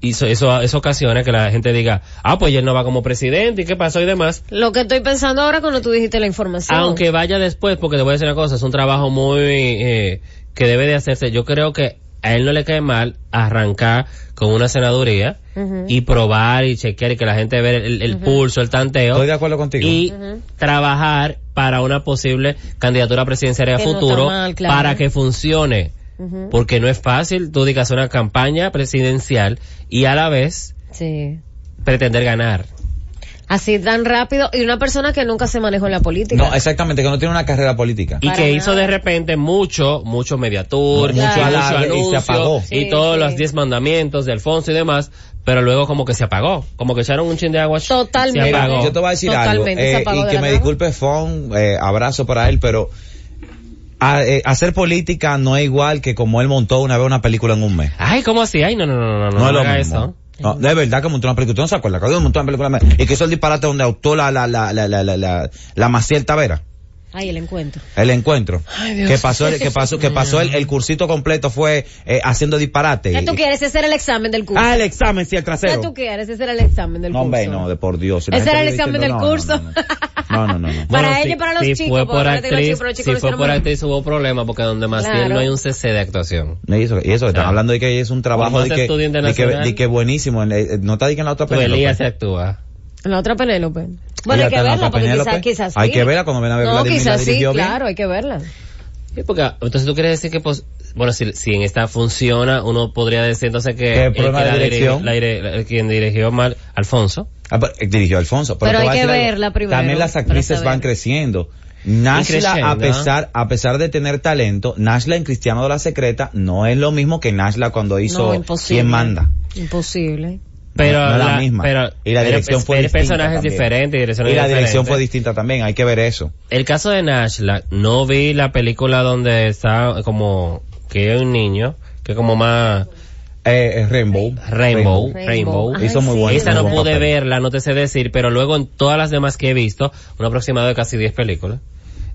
[SPEAKER 3] hizo eso, eso ocasiona que la gente diga, ah, pues él no va como presidente y qué pasó y demás.
[SPEAKER 2] Lo que estoy pensando ahora cuando tú dijiste la información.
[SPEAKER 8] Ah,
[SPEAKER 3] Aunque vaya después, porque te voy a decir una cosa, es un trabajo muy eh, que debe de hacerse. Yo creo que a él no le cae mal arrancar con una senaduría
[SPEAKER 2] Ujú.
[SPEAKER 3] y probar y chequear y que la gente vea el, el pulso, el tanteo
[SPEAKER 8] Estoy de acuerdo contigo.
[SPEAKER 3] y trabajar para una posible candidatura presidencial a
[SPEAKER 2] Que no está
[SPEAKER 3] futuro
[SPEAKER 2] mal, claro.
[SPEAKER 3] para que funcione.
[SPEAKER 2] Ujú.
[SPEAKER 3] Porque no es fácil, tú digas una campaña presidencial y a la vez
[SPEAKER 2] Sí.
[SPEAKER 3] pretender ganar.
[SPEAKER 2] Así tan rápido. Y una persona que nunca se manejó en la política.
[SPEAKER 8] No, exactamente, que no tiene una carrera política.
[SPEAKER 3] y
[SPEAKER 2] Para
[SPEAKER 3] que
[SPEAKER 2] nada.
[SPEAKER 3] hizo de repente mucho, mucho mediatur,
[SPEAKER 8] Mucho
[SPEAKER 3] mucho,
[SPEAKER 8] alarde, y se
[SPEAKER 3] anuncio,
[SPEAKER 8] apagó.
[SPEAKER 3] y
[SPEAKER 2] Sí,
[SPEAKER 3] todos
[SPEAKER 2] sí.
[SPEAKER 3] los diez mandamientos de Alfonso y demás, pero luego como que se apagó, como que echaron un chin de agua. sh-
[SPEAKER 2] Totalmente.
[SPEAKER 3] Se apagó.
[SPEAKER 8] Yo te voy a decir
[SPEAKER 2] Totalmente, se
[SPEAKER 8] algo, eh,
[SPEAKER 2] apagó
[SPEAKER 8] y
[SPEAKER 2] de
[SPEAKER 8] que
[SPEAKER 2] la
[SPEAKER 8] me
[SPEAKER 2] nada.
[SPEAKER 8] disculpe Fon, eh, abrazo para él, pero a- eh, hacer política no es igual que como él montó una vez una película en un mes.
[SPEAKER 3] Ay, ¿cómo así? Ay, no, no, no, no, no,
[SPEAKER 8] No,
[SPEAKER 3] no haga
[SPEAKER 8] es lo mismo.
[SPEAKER 3] eso.
[SPEAKER 8] No, de verdad que montó una película. ¿Usted no se acuerda? Que montó una película en un mes. y que hizo el disparate donde actuó la, la, la, la, la, la, la, la Maciel Tavera.
[SPEAKER 9] Ay, el encuentro.
[SPEAKER 8] El encuentro.
[SPEAKER 9] Ay, Dios.
[SPEAKER 8] Que pasó, el- que pasó, que pasó el, el cursito completo fue eh, haciendo disparate.
[SPEAKER 2] ¿Qué tú quieres? Ese era el examen del curso.
[SPEAKER 8] Ah, el examen, sí, el
[SPEAKER 2] ¿Qué
[SPEAKER 8] trasero.
[SPEAKER 2] tú quieres? Ese era el examen del
[SPEAKER 8] No,
[SPEAKER 2] curso.
[SPEAKER 8] hombre, no, de por Dios. Si la
[SPEAKER 2] Ese
[SPEAKER 8] gente
[SPEAKER 2] era el
[SPEAKER 8] viene
[SPEAKER 2] examen del
[SPEAKER 8] diciendo, no,
[SPEAKER 2] curso.
[SPEAKER 8] No, no, no. no,
[SPEAKER 2] Para
[SPEAKER 8] no.
[SPEAKER 3] Bueno,
[SPEAKER 2] ella y para los
[SPEAKER 3] si
[SPEAKER 2] chicos.
[SPEAKER 3] Fue
[SPEAKER 2] porque
[SPEAKER 3] por
[SPEAKER 2] ahora tengo los
[SPEAKER 3] actriz,
[SPEAKER 2] chicos, los chicos
[SPEAKER 3] si
[SPEAKER 2] lo
[SPEAKER 3] fue
[SPEAKER 2] hicieron
[SPEAKER 3] por
[SPEAKER 2] mal.
[SPEAKER 3] actriz hubo problema porque donde Maciel
[SPEAKER 2] Claro.
[SPEAKER 3] no hay un cese de actuación.
[SPEAKER 8] Y eso, y eso, están
[SPEAKER 3] Ah.
[SPEAKER 8] hablando de que es un trabajo
[SPEAKER 3] Formato
[SPEAKER 8] de que,
[SPEAKER 3] estudio
[SPEAKER 8] de que,
[SPEAKER 3] internacional.
[SPEAKER 8] de que buenísimo. en la- eh, No pues. está de que en la otra
[SPEAKER 3] Tu
[SPEAKER 8] película.
[SPEAKER 3] Pues Elías se actúa.
[SPEAKER 2] La otra Penélope.
[SPEAKER 8] Ella
[SPEAKER 2] Bueno, hay
[SPEAKER 8] está
[SPEAKER 2] que
[SPEAKER 8] en la
[SPEAKER 2] verla,
[SPEAKER 8] otra
[SPEAKER 2] porque quizás,
[SPEAKER 8] Penélope.
[SPEAKER 2] quizás sí.
[SPEAKER 8] Hay que verla cuando venga a ver
[SPEAKER 2] No,
[SPEAKER 8] Vladimir, la
[SPEAKER 2] quizás sí,
[SPEAKER 8] dirigió bien.
[SPEAKER 2] claro, hay que verla.
[SPEAKER 3] Sí, porque, ah, entonces tú quieres decir que, pues, bueno, si, si en esta funciona, uno podría decir entonces que...
[SPEAKER 8] Que el
[SPEAKER 3] el
[SPEAKER 8] problema
[SPEAKER 3] que
[SPEAKER 8] de
[SPEAKER 3] la dirigi-
[SPEAKER 8] dirección.
[SPEAKER 3] la dire- la- el quien dirigió mal, Alfonso.
[SPEAKER 8] Ah, pero, eh, dirigió Alfonso. Pero,
[SPEAKER 2] Pero
[SPEAKER 8] te voy
[SPEAKER 2] hay
[SPEAKER 8] a
[SPEAKER 2] que
[SPEAKER 8] decir algo.
[SPEAKER 2] verla primero
[SPEAKER 8] También las
[SPEAKER 2] para
[SPEAKER 8] actrices
[SPEAKER 2] saber.
[SPEAKER 8] van creciendo. Nashla, a
[SPEAKER 3] creciendo.
[SPEAKER 8] pesar, a pesar de tener talento, Nashla en Cristiano de la Secreta no es lo mismo que Nashla cuando hizo
[SPEAKER 2] imposible.
[SPEAKER 8] Quien Manda.
[SPEAKER 2] Imposible.
[SPEAKER 3] Pero
[SPEAKER 8] No, no la
[SPEAKER 3] la
[SPEAKER 8] misma.
[SPEAKER 3] Pero,
[SPEAKER 8] Y la
[SPEAKER 3] pero
[SPEAKER 8] dirección
[SPEAKER 3] es-
[SPEAKER 8] fue
[SPEAKER 3] es
[SPEAKER 8] distinta
[SPEAKER 3] personajes
[SPEAKER 8] también.
[SPEAKER 3] diferentes, direcciones
[SPEAKER 8] Y la dirección
[SPEAKER 3] diferentes.
[SPEAKER 8] fue distinta también, hay que ver eso.
[SPEAKER 3] El caso de Nashla, no vi la película donde está como que es un niño, que es como más
[SPEAKER 8] Eh, eh, Rainbow.
[SPEAKER 3] Rainbow, Rainbow.
[SPEAKER 2] Ay,
[SPEAKER 8] Hizo muy
[SPEAKER 2] sí.
[SPEAKER 8] buen
[SPEAKER 3] Esa
[SPEAKER 8] muy
[SPEAKER 3] no
[SPEAKER 8] buen
[SPEAKER 3] pude
[SPEAKER 8] papel.
[SPEAKER 3] verla, no te sé decir, pero luego en todas las demás que he visto, un aproximado de casi 10 películas,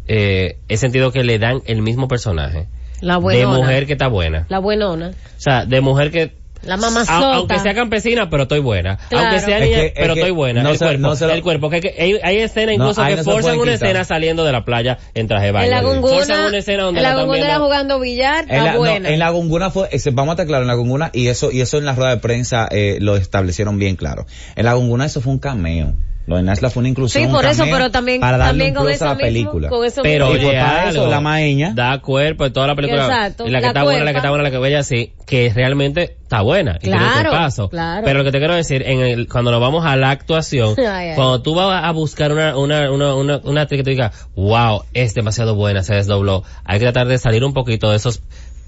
[SPEAKER 3] eh, he sentido que le dan el mismo personaje.
[SPEAKER 2] La
[SPEAKER 3] de
[SPEAKER 2] buenona.
[SPEAKER 3] mujer que está buena.
[SPEAKER 2] La buenona.
[SPEAKER 3] O sea, de mujer que...
[SPEAKER 2] La mamazota.
[SPEAKER 3] A- aunque sea campesina, pero estoy buena.
[SPEAKER 2] Claro.
[SPEAKER 3] Aunque sea
[SPEAKER 8] Es
[SPEAKER 3] niña,
[SPEAKER 8] que- es
[SPEAKER 3] pero
[SPEAKER 8] que
[SPEAKER 3] estoy buena.
[SPEAKER 8] no
[SPEAKER 3] el
[SPEAKER 8] se-
[SPEAKER 3] cuerpo,
[SPEAKER 8] no se lo-
[SPEAKER 3] el cuerpo. Que hay, que- hay- hay escenas
[SPEAKER 8] No,
[SPEAKER 3] incluso
[SPEAKER 8] ahí
[SPEAKER 3] que
[SPEAKER 8] no se
[SPEAKER 3] forzan
[SPEAKER 8] pueden
[SPEAKER 3] una
[SPEAKER 8] quitar.
[SPEAKER 3] escena saliendo de la playa en traje de
[SPEAKER 2] En
[SPEAKER 3] baño.
[SPEAKER 2] la
[SPEAKER 3] Forzan
[SPEAKER 2] gunguna.
[SPEAKER 3] una escena donde
[SPEAKER 2] en la
[SPEAKER 3] la están
[SPEAKER 2] gunguna era
[SPEAKER 3] viendo-
[SPEAKER 2] jugando billar,
[SPEAKER 8] En la,
[SPEAKER 2] la
[SPEAKER 8] no,
[SPEAKER 2] buena.
[SPEAKER 8] en la Gunguna fue, ese- vamos a estar claro, en la Gunguna, y eso, y eso en la rueda de prensa eh, lo establecieron bien claro. En la Gunguna eso fue un cameo. Lo de Nasla fue una inclusión.
[SPEAKER 2] Sí,
[SPEAKER 8] un
[SPEAKER 2] por eso,
[SPEAKER 8] cameo
[SPEAKER 2] pero también,
[SPEAKER 8] para darle
[SPEAKER 2] también
[SPEAKER 8] un
[SPEAKER 2] con
[SPEAKER 8] plus
[SPEAKER 2] eso
[SPEAKER 8] a la
[SPEAKER 2] mismo,
[SPEAKER 8] película.
[SPEAKER 2] con eso
[SPEAKER 3] Pero
[SPEAKER 2] mismo.
[SPEAKER 8] Y por
[SPEAKER 3] oye,
[SPEAKER 8] para eso,
[SPEAKER 3] algo,
[SPEAKER 8] la maeña.
[SPEAKER 3] Da cuerpo en toda la película.
[SPEAKER 2] Exacto,
[SPEAKER 3] Y la que
[SPEAKER 2] la
[SPEAKER 3] está buena, la que
[SPEAKER 2] cuerpa.
[SPEAKER 3] está buena, la que bella, sí. Que realmente está buena. y que tiene
[SPEAKER 2] Claro,
[SPEAKER 3] su paso.
[SPEAKER 2] claro.
[SPEAKER 3] Pero lo que te quiero decir, en el, cuando nos vamos a la actuación,
[SPEAKER 2] Ay, ay.
[SPEAKER 3] cuando tú vas a buscar una, una, una, una, una actriz que te diga, wow, es demasiado buena, se desdobló. Hay que tratar de salir un poquito de esos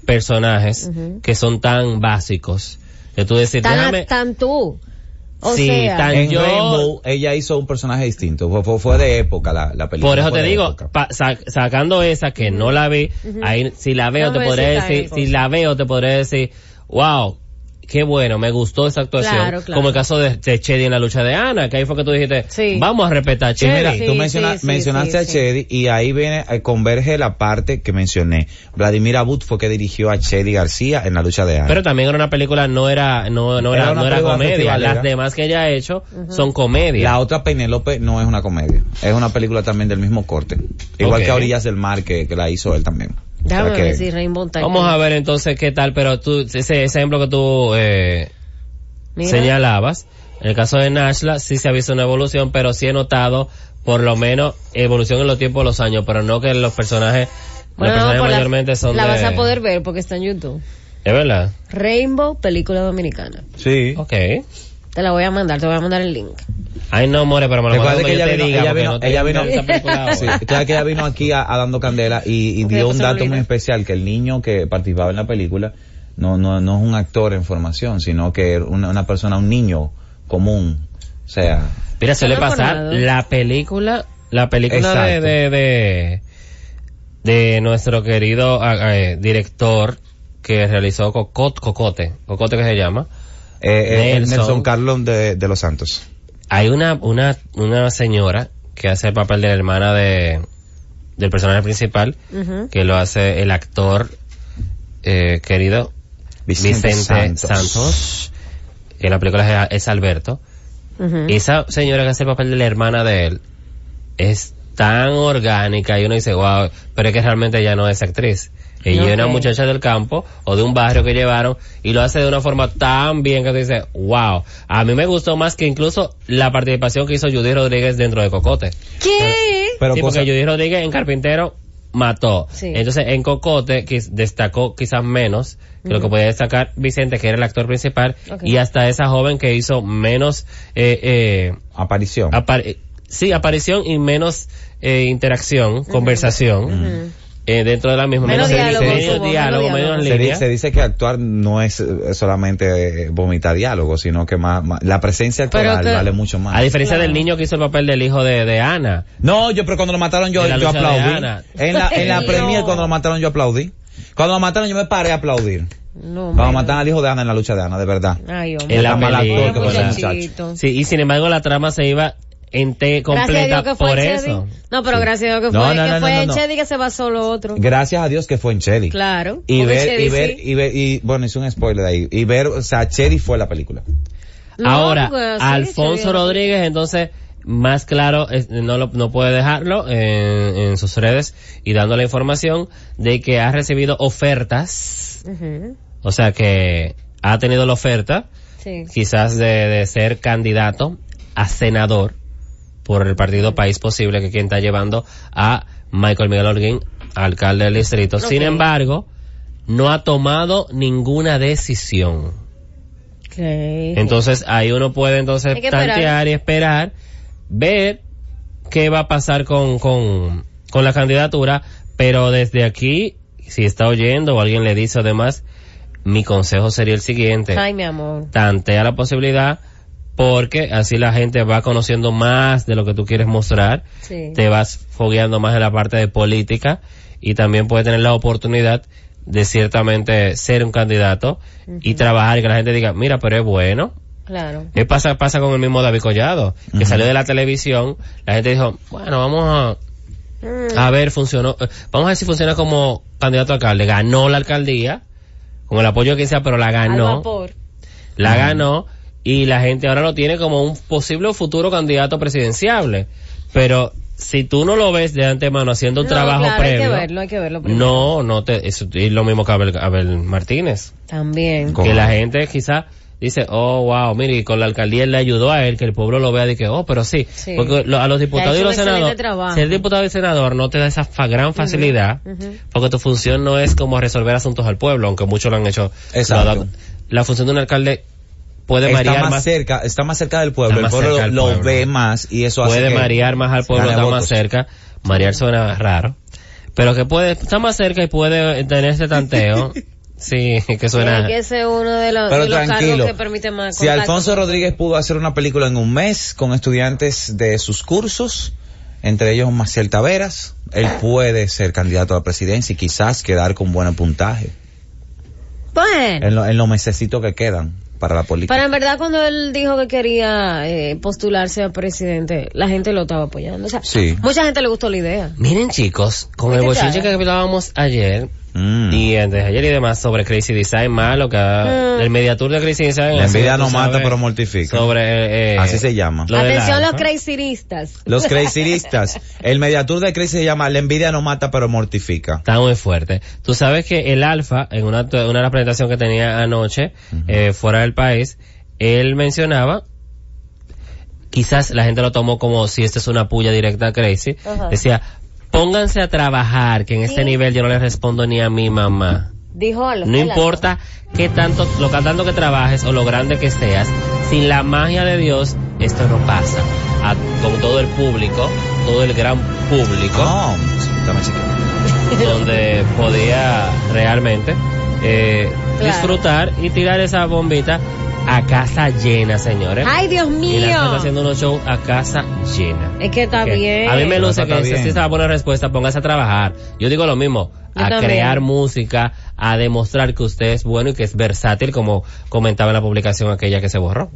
[SPEAKER 3] personajes que son tan básicos. Que tú decir, déjame,
[SPEAKER 2] tan, tan tú. O
[SPEAKER 3] Sí,
[SPEAKER 2] sea,
[SPEAKER 3] tan-
[SPEAKER 8] En
[SPEAKER 3] Yo-
[SPEAKER 8] Rainbow ella hizo un personaje distinto. Fue, fue, fue de época la, la película.
[SPEAKER 3] Por eso
[SPEAKER 8] fue
[SPEAKER 3] te
[SPEAKER 8] de
[SPEAKER 3] digo,
[SPEAKER 8] época.
[SPEAKER 3] pa- sa- sacando esa que no la vi, ahí si la veo
[SPEAKER 2] No
[SPEAKER 3] te
[SPEAKER 2] me
[SPEAKER 3] podré
[SPEAKER 2] decís
[SPEAKER 3] decir,
[SPEAKER 2] algo.
[SPEAKER 3] si la veo te podré decir, wow, qué bueno, me gustó esa actuación.
[SPEAKER 2] Claro, claro.
[SPEAKER 3] Como el caso de, de Chedi en la lucha de Ana, que ahí fue que tú dijiste,
[SPEAKER 2] Sí.
[SPEAKER 3] vamos a respetar a
[SPEAKER 8] Y
[SPEAKER 3] Chedi.
[SPEAKER 8] mira,
[SPEAKER 2] Sí,
[SPEAKER 8] tú
[SPEAKER 2] sí,
[SPEAKER 8] menciona-
[SPEAKER 2] sí, sí, sí.
[SPEAKER 8] mencionaste a Chedi y ahí viene, eh, converge la parte que mencioné. Vladimir Abud fue que dirigió a Chedi García en la lucha de Ana.
[SPEAKER 3] Pero también era una película, no era, no, no era,
[SPEAKER 8] Era una
[SPEAKER 3] no era
[SPEAKER 8] película
[SPEAKER 3] comedia.
[SPEAKER 8] festivalera.
[SPEAKER 3] Las demás que ella ha hecho son comedia.
[SPEAKER 8] La otra Penélope no es una comedia, es una película también del mismo corte. Igual
[SPEAKER 3] Ok.
[SPEAKER 8] que a Orillas del Mar, que, que la hizo él también. O sea
[SPEAKER 2] déjame
[SPEAKER 8] que-
[SPEAKER 2] ver si Rainbow está aquí.
[SPEAKER 3] Vamos a ver entonces qué tal, pero tú, ese, ese ejemplo que tú, eh,
[SPEAKER 2] Mira.
[SPEAKER 3] señalabas. En el caso de Nashla sí se ha visto una evolución, pero sí he notado por lo menos evolución en los tiempos de los años, pero no que los personajes,
[SPEAKER 2] Bueno,
[SPEAKER 3] los personajes
[SPEAKER 2] pues la-
[SPEAKER 3] mayormente son
[SPEAKER 2] La
[SPEAKER 3] de...
[SPEAKER 2] vas a poder ver porque está en YouTube.
[SPEAKER 3] Es verdad.
[SPEAKER 2] Rainbow, película dominicana.
[SPEAKER 8] Sí.
[SPEAKER 3] Ok.
[SPEAKER 2] Te la voy a mandar, te voy a mandar el link.
[SPEAKER 3] Ay, no, more, pero me lo
[SPEAKER 8] Recuerda
[SPEAKER 3] mando
[SPEAKER 8] que
[SPEAKER 3] cuando yo
[SPEAKER 8] ella
[SPEAKER 3] te
[SPEAKER 8] vino,
[SPEAKER 3] diga,
[SPEAKER 8] ella
[SPEAKER 3] porque
[SPEAKER 8] vino,
[SPEAKER 3] no
[SPEAKER 8] ella
[SPEAKER 3] tengo
[SPEAKER 8] vino,
[SPEAKER 3] esa película ahora.
[SPEAKER 8] sí, tú sabes que ella vino aquí a, a Dando Candela y, y
[SPEAKER 2] Ok,
[SPEAKER 8] dio
[SPEAKER 2] pues
[SPEAKER 8] un
[SPEAKER 2] se
[SPEAKER 8] dato
[SPEAKER 2] olvida.
[SPEAKER 8] muy especial, que el niño que participaba en la película no, no, no es un actor en formación, sino que era una, una persona, un niño común. O sea,
[SPEAKER 3] Mira, suele
[SPEAKER 2] Suena
[SPEAKER 3] pasar
[SPEAKER 2] sonado.
[SPEAKER 3] la película, la película de,
[SPEAKER 8] Exacto.
[SPEAKER 3] de, de, de nuestro querido ah, eh, director que realizó Cocot, Cocote, Cocote que se llama.
[SPEAKER 8] eh, eh,
[SPEAKER 3] Nelson.
[SPEAKER 8] Nelson. Carlos de, de los Santos.
[SPEAKER 3] Hay una, una, una señora que hace el papel de la hermana de, del personaje principal,
[SPEAKER 2] Ujú.
[SPEAKER 3] que lo hace el actor eh, querido Vicente, Santos. que en la película es, es Alberto.
[SPEAKER 2] Ujú.
[SPEAKER 3] Esa señora que hace el papel de la hermana de él es tan orgánica y uno dice, wow, pero es que realmente ella no es actriz. Ella es una
[SPEAKER 2] Ok.
[SPEAKER 3] muchacha del campo o de un barrio que llevaron y lo hace de una forma tan bien que tú dices, wow, a mí me gustó más que incluso la participación que hizo Judy Rodríguez dentro de Cocote.
[SPEAKER 2] ¿Qué?
[SPEAKER 8] Pero
[SPEAKER 3] sí,
[SPEAKER 8] cosa-
[SPEAKER 3] porque Judy Rodríguez en Carpintero mató.
[SPEAKER 2] Sí.
[SPEAKER 3] Entonces en Cocote que destacó quizás menos que lo que podía destacar Vicente, que era el actor principal,
[SPEAKER 2] Ok.
[SPEAKER 3] y hasta esa joven que hizo menos... Eh, eh,
[SPEAKER 8] Aparición.
[SPEAKER 3] Apar- sí, aparición y menos eh, interacción, conversación eh, dentro de la misma.
[SPEAKER 2] Menos diálogo,
[SPEAKER 3] menos
[SPEAKER 2] supongo,
[SPEAKER 3] diálogo,
[SPEAKER 2] menos
[SPEAKER 3] menos
[SPEAKER 8] Se, di-
[SPEAKER 3] línea.
[SPEAKER 8] se dice que actuar no es eh, solamente eh, vomitar diálogo, sino que más, más- la presencia
[SPEAKER 2] Pero
[SPEAKER 8] actoral
[SPEAKER 2] que-
[SPEAKER 8] vale mucho
[SPEAKER 3] A
[SPEAKER 8] más.
[SPEAKER 3] diferencia del niño que hizo el papel del hijo de, de Ana.
[SPEAKER 8] No, yo pero cuando lo mataron yo,
[SPEAKER 3] En la
[SPEAKER 8] yo
[SPEAKER 3] lucha de
[SPEAKER 8] aplaudí.
[SPEAKER 3] Ana.
[SPEAKER 8] En la, en la
[SPEAKER 2] No.
[SPEAKER 8] premier cuando lo mataron yo aplaudí. Cuando lo mataron yo me paré a aplaudir.
[SPEAKER 2] No,
[SPEAKER 8] Cuando
[SPEAKER 2] hombre.
[SPEAKER 8] mataron al hijo de Ana en la lucha de Ana, de verdad.
[SPEAKER 2] Ay, hombre.
[SPEAKER 3] En la
[SPEAKER 8] Tan mal actor
[SPEAKER 3] película,
[SPEAKER 8] que fue ese
[SPEAKER 3] ¿verdad?
[SPEAKER 8] muchacho.
[SPEAKER 2] Muchachito.
[SPEAKER 3] Sí, y sin embargo la trama se iba
[SPEAKER 2] Gracias
[SPEAKER 3] ente
[SPEAKER 2] a
[SPEAKER 3] completa
[SPEAKER 2] Dios que fue
[SPEAKER 3] por
[SPEAKER 2] en
[SPEAKER 3] eso.
[SPEAKER 2] Chedi. No, pero gracias a Dios que
[SPEAKER 8] No,
[SPEAKER 2] fue,
[SPEAKER 8] no,
[SPEAKER 2] que
[SPEAKER 8] no,
[SPEAKER 2] fue
[SPEAKER 8] no,
[SPEAKER 2] en
[SPEAKER 8] no.
[SPEAKER 2] Chedi que se basó lo otro.
[SPEAKER 8] Gracias a Dios que fue en Chedi.
[SPEAKER 2] Claro.
[SPEAKER 8] Y
[SPEAKER 2] porque
[SPEAKER 8] ver,
[SPEAKER 2] Chedi
[SPEAKER 8] y ver,
[SPEAKER 2] sí.
[SPEAKER 8] y ver, y bueno, hice un spoiler ahí. Y ver, o sea, Chedi fue la película.
[SPEAKER 2] No,
[SPEAKER 3] Ahora,
[SPEAKER 2] porque sí,
[SPEAKER 3] Alfonso
[SPEAKER 2] Chedi-
[SPEAKER 3] Rodríguez, entonces, más claro, es- no, lo- no puede dejarlo en, en sus redes y dando la información de que ha recibido ofertas,
[SPEAKER 2] Ujú,
[SPEAKER 3] o sea que ha tenido la oferta,
[SPEAKER 2] Sí.
[SPEAKER 3] quizás de, de ser candidato a senador por el partido País Posible, que quien está llevando a Michael Miguel Holguín, alcalde del distrito. Sin
[SPEAKER 2] Ok.
[SPEAKER 3] embargo, no ha tomado ninguna decisión.
[SPEAKER 2] Ok.
[SPEAKER 3] Entonces ahí uno puede entonces
[SPEAKER 2] Hay que esperar.
[SPEAKER 3] tantear y esperar, ver qué va a pasar con, con, con la candidatura, pero desde aquí, si está oyendo o alguien le dice además, mi consejo sería el siguiente,
[SPEAKER 2] Ay, mi amor.
[SPEAKER 3] tantea la posibilidad porque así la gente va conociendo más de lo que tú quieres mostrar,
[SPEAKER 2] Sí.
[SPEAKER 3] te vas fogueando más en la parte de política y también puedes tener la oportunidad de ciertamente ser un candidato y trabajar y que la gente diga, mira, pero es bueno,
[SPEAKER 2] Claro.
[SPEAKER 3] eh, pasa, pasa con el mismo David Collado, que salió de la televisión, la gente dijo, bueno, vamos
[SPEAKER 2] Mm,
[SPEAKER 3] a, a ver, funcionó, eh, vamos a ver si funciona como candidato a alcalde. Ganó la alcaldía, con el apoyo que sea, pero la
[SPEAKER 2] al
[SPEAKER 3] ganó,
[SPEAKER 2] vapor.
[SPEAKER 3] la ganó, y la gente ahora lo tiene como un posible futuro candidato presidenciable. Pero si tú no lo ves de antemano haciendo un
[SPEAKER 2] No,
[SPEAKER 3] trabajo
[SPEAKER 2] claro,
[SPEAKER 3] previo,
[SPEAKER 2] Hay que verlo, hay que verlo. primero.
[SPEAKER 3] no, no te, es, es lo mismo que Abel, Abel Martínez.
[SPEAKER 2] También.
[SPEAKER 8] Co-
[SPEAKER 3] Que
[SPEAKER 8] Correcto.
[SPEAKER 3] la gente quizá dice, oh, wow, mire, y con la alcaldía él le ayudó a él, que el pueblo lo vea y que, oh, pero sí.
[SPEAKER 2] Sí.
[SPEAKER 3] Porque lo- a los diputados
[SPEAKER 2] Le ha
[SPEAKER 3] y
[SPEAKER 2] hecho
[SPEAKER 3] los
[SPEAKER 2] un excelente
[SPEAKER 3] senadores,
[SPEAKER 2] trabajo.
[SPEAKER 3] ser diputado y senador no te da esa fa- gran facilidad,
[SPEAKER 2] ujú.
[SPEAKER 3] porque tu función no es como resolver asuntos al pueblo, aunque muchos lo han hecho.
[SPEAKER 8] Exacto.
[SPEAKER 3] La, la función de un alcalde puede
[SPEAKER 8] Está
[SPEAKER 3] marear
[SPEAKER 8] más,
[SPEAKER 3] más,
[SPEAKER 8] cerca, está más cerca del pueblo.
[SPEAKER 3] Está
[SPEAKER 8] El
[SPEAKER 3] más
[SPEAKER 8] pueblo
[SPEAKER 3] cerca
[SPEAKER 8] lo,
[SPEAKER 3] del
[SPEAKER 8] lo
[SPEAKER 3] pueblo.
[SPEAKER 8] ve más y eso hace
[SPEAKER 3] puede
[SPEAKER 8] que
[SPEAKER 3] marear más al pueblo,
[SPEAKER 8] gane
[SPEAKER 3] está más
[SPEAKER 8] votos.
[SPEAKER 3] cerca. Marear suena raro. Pero que puede, está más cerca y puede tener ese tanteo. sí, que suena.
[SPEAKER 2] Tiene que ese es uno de los,
[SPEAKER 8] Pero
[SPEAKER 2] de los
[SPEAKER 8] tranquilo.
[SPEAKER 2] cargos que permite más
[SPEAKER 8] si
[SPEAKER 2] contacto.
[SPEAKER 8] Alfonso Rodríguez pudo hacer una película en un mes con estudiantes de sus cursos, entre ellos Maciel Taveras, él puede ser candidato a la presidencia y quizás quedar con buen puntaje
[SPEAKER 2] Bueno.
[SPEAKER 8] en, lo- en los mesecitos que quedan para la política.
[SPEAKER 2] Pero en verdad cuando él dijo que quería eh, postularse a presidente, la gente lo estaba apoyando. O sea,
[SPEAKER 8] Sí.
[SPEAKER 2] mucha gente le gustó la idea.
[SPEAKER 3] Miren chicos, con
[SPEAKER 2] ¿Qué
[SPEAKER 3] el
[SPEAKER 2] te
[SPEAKER 3] bochinche
[SPEAKER 2] trae?
[SPEAKER 3] que hablábamos ayer,
[SPEAKER 8] Mm.
[SPEAKER 3] Y antes de ayer y demás sobre Crazy Design, más lo que ha-
[SPEAKER 2] Mm.
[SPEAKER 3] el Mediatour de Crazy Design.
[SPEAKER 8] la
[SPEAKER 3] así
[SPEAKER 8] envidia
[SPEAKER 3] tú
[SPEAKER 8] no mata
[SPEAKER 3] sabes,
[SPEAKER 8] pero mortifica.
[SPEAKER 3] Sobre, eh, eh,
[SPEAKER 8] Así se llama.
[SPEAKER 3] Lo del
[SPEAKER 2] Atención los
[SPEAKER 3] alfa.
[SPEAKER 2] crazyistas.
[SPEAKER 8] Los crazyistas. El mediatur de Crazy se llama La envidia no mata pero mortifica.
[SPEAKER 3] Está muy fuerte. Tú sabes que el Alfa, en una, actu- una de las presentaciones que tenía anoche, eh, fuera del país, él mencionaba, quizás la gente lo tomó como si esta es una puya directa a Crazy,
[SPEAKER 2] Ajá.
[SPEAKER 3] decía, pónganse a trabajar, que en este
[SPEAKER 2] Sí.
[SPEAKER 3] nivel yo no le respondo ni a mi mamá.
[SPEAKER 2] Dijo a los
[SPEAKER 3] No
[SPEAKER 2] de la-
[SPEAKER 3] importa qué tanto, lo que tanto que trabajes o lo grande que seas, sin la magia de Dios, esto no pasa. A- con todo el público, todo el gran público,
[SPEAKER 8] No, dame chiquito.
[SPEAKER 3] donde podía realmente eh,
[SPEAKER 2] Claro.
[SPEAKER 3] disfrutar y tirar esa bombita a casa llena, señores.
[SPEAKER 2] Ay, Dios
[SPEAKER 3] y la gente está
[SPEAKER 2] mío.
[SPEAKER 3] haciendo unos shows a casa llena.
[SPEAKER 2] Es que está
[SPEAKER 3] Que
[SPEAKER 2] bien.
[SPEAKER 3] A mí me
[SPEAKER 8] No,
[SPEAKER 3] luce
[SPEAKER 8] está
[SPEAKER 3] que si
[SPEAKER 8] bien.
[SPEAKER 3] esa es la buena respuesta, póngase a trabajar. Yo digo lo mismo,
[SPEAKER 2] Yo
[SPEAKER 3] a
[SPEAKER 2] también.
[SPEAKER 3] crear música, a demostrar que usted es bueno y que es versátil, como comentaba en la publicación aquella que se borró.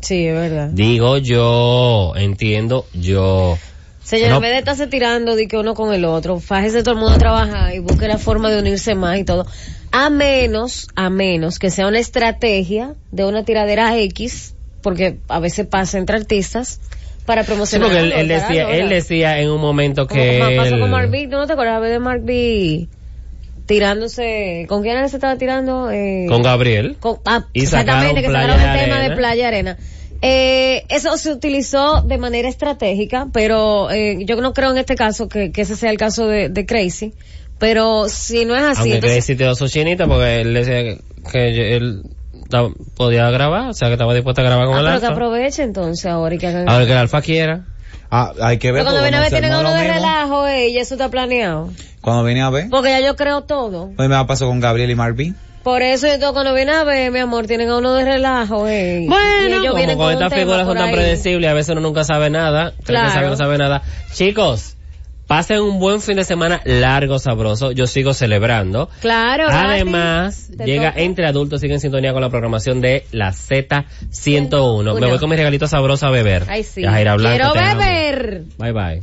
[SPEAKER 2] Sí, es verdad.
[SPEAKER 3] Digo yo, entiendo yo.
[SPEAKER 2] Señor,
[SPEAKER 3] No.
[SPEAKER 2] en vez de estarse tirando de que uno con el otro, fájese todo el mundo a trabajar y busque la forma de unirse más y todo. A menos, a menos que sea una estrategia de una tiradera X, porque a veces pasa entre artistas, para
[SPEAKER 3] Sí,
[SPEAKER 2] promocionar.
[SPEAKER 3] porque él,
[SPEAKER 2] algo,
[SPEAKER 3] él
[SPEAKER 2] para
[SPEAKER 3] decía,
[SPEAKER 2] algo,
[SPEAKER 3] él
[SPEAKER 2] ¿verdad?
[SPEAKER 3] decía en un momento
[SPEAKER 2] Como
[SPEAKER 3] que
[SPEAKER 2] como pasó
[SPEAKER 3] él-
[SPEAKER 2] con Mark B. ¿Tú no te acuerdas de Mark B tirándose? ¿Con quién él se estaba tirando? Eh,
[SPEAKER 3] con Gabriel.
[SPEAKER 2] con- ah,
[SPEAKER 3] Y
[SPEAKER 2] exactamente, que
[SPEAKER 3] sacaron
[SPEAKER 2] sacaron
[SPEAKER 3] Playa
[SPEAKER 2] el tema
[SPEAKER 3] Arena.
[SPEAKER 2] de Playa Arena. Eh, eso se utilizó de manera estratégica, pero eh, yo no creo en este caso que, que ese sea el caso de, de Crazy. Pero si no es así,
[SPEAKER 3] Aunque
[SPEAKER 2] Ah, entonces-
[SPEAKER 3] Crazy tiró su chinita porque él decía que- que yo- él ta- podía grabar, o sea que estaba dispuesto a grabar con
[SPEAKER 2] Ah,
[SPEAKER 3] el
[SPEAKER 2] pero que
[SPEAKER 3] alfa.
[SPEAKER 2] aproveche entonces ahora y que hagan.
[SPEAKER 3] Ahora que el alfa quiera.
[SPEAKER 8] Ah, hay que ver.
[SPEAKER 2] pero cuando
[SPEAKER 8] porque
[SPEAKER 2] viene a ver,
[SPEAKER 8] no se-
[SPEAKER 2] tienen a
[SPEAKER 8] no
[SPEAKER 2] uno
[SPEAKER 8] lo
[SPEAKER 2] de
[SPEAKER 8] mismo.
[SPEAKER 2] relajo, eh, y eso está planeado.
[SPEAKER 8] Cuando viene a ver.
[SPEAKER 2] Porque ya yo creo todo.
[SPEAKER 8] Hoy me va a pasar con Gabriel y Marvin.
[SPEAKER 2] Por eso entonces cuando viene a ver, mi amor, tienen a uno de relajo, eh. y ellos
[SPEAKER 3] como
[SPEAKER 2] vienen
[SPEAKER 3] con
[SPEAKER 2] un
[SPEAKER 3] estas
[SPEAKER 2] tema
[SPEAKER 3] figuras
[SPEAKER 2] por
[SPEAKER 3] son tan
[SPEAKER 2] ahí.
[SPEAKER 3] predecibles, a veces uno nunca sabe nada, creo que
[SPEAKER 2] Claro.
[SPEAKER 3] sabe, no sabe nada. Chicos, Pasen un buen fin de semana largo, sabroso. Yo sigo celebrando.
[SPEAKER 2] Claro.
[SPEAKER 3] Además,
[SPEAKER 2] Gatti, te
[SPEAKER 3] llega
[SPEAKER 2] toca.
[SPEAKER 3] entre adultos, sigue en sintonía con la programación de la Z101.
[SPEAKER 2] Uno.
[SPEAKER 3] Me voy con mi regalito sabroso a beber.
[SPEAKER 2] Ay, sí.
[SPEAKER 3] Yajaira Blanco,
[SPEAKER 2] Quiero
[SPEAKER 3] te amo.
[SPEAKER 2] beber.
[SPEAKER 3] Bye bye.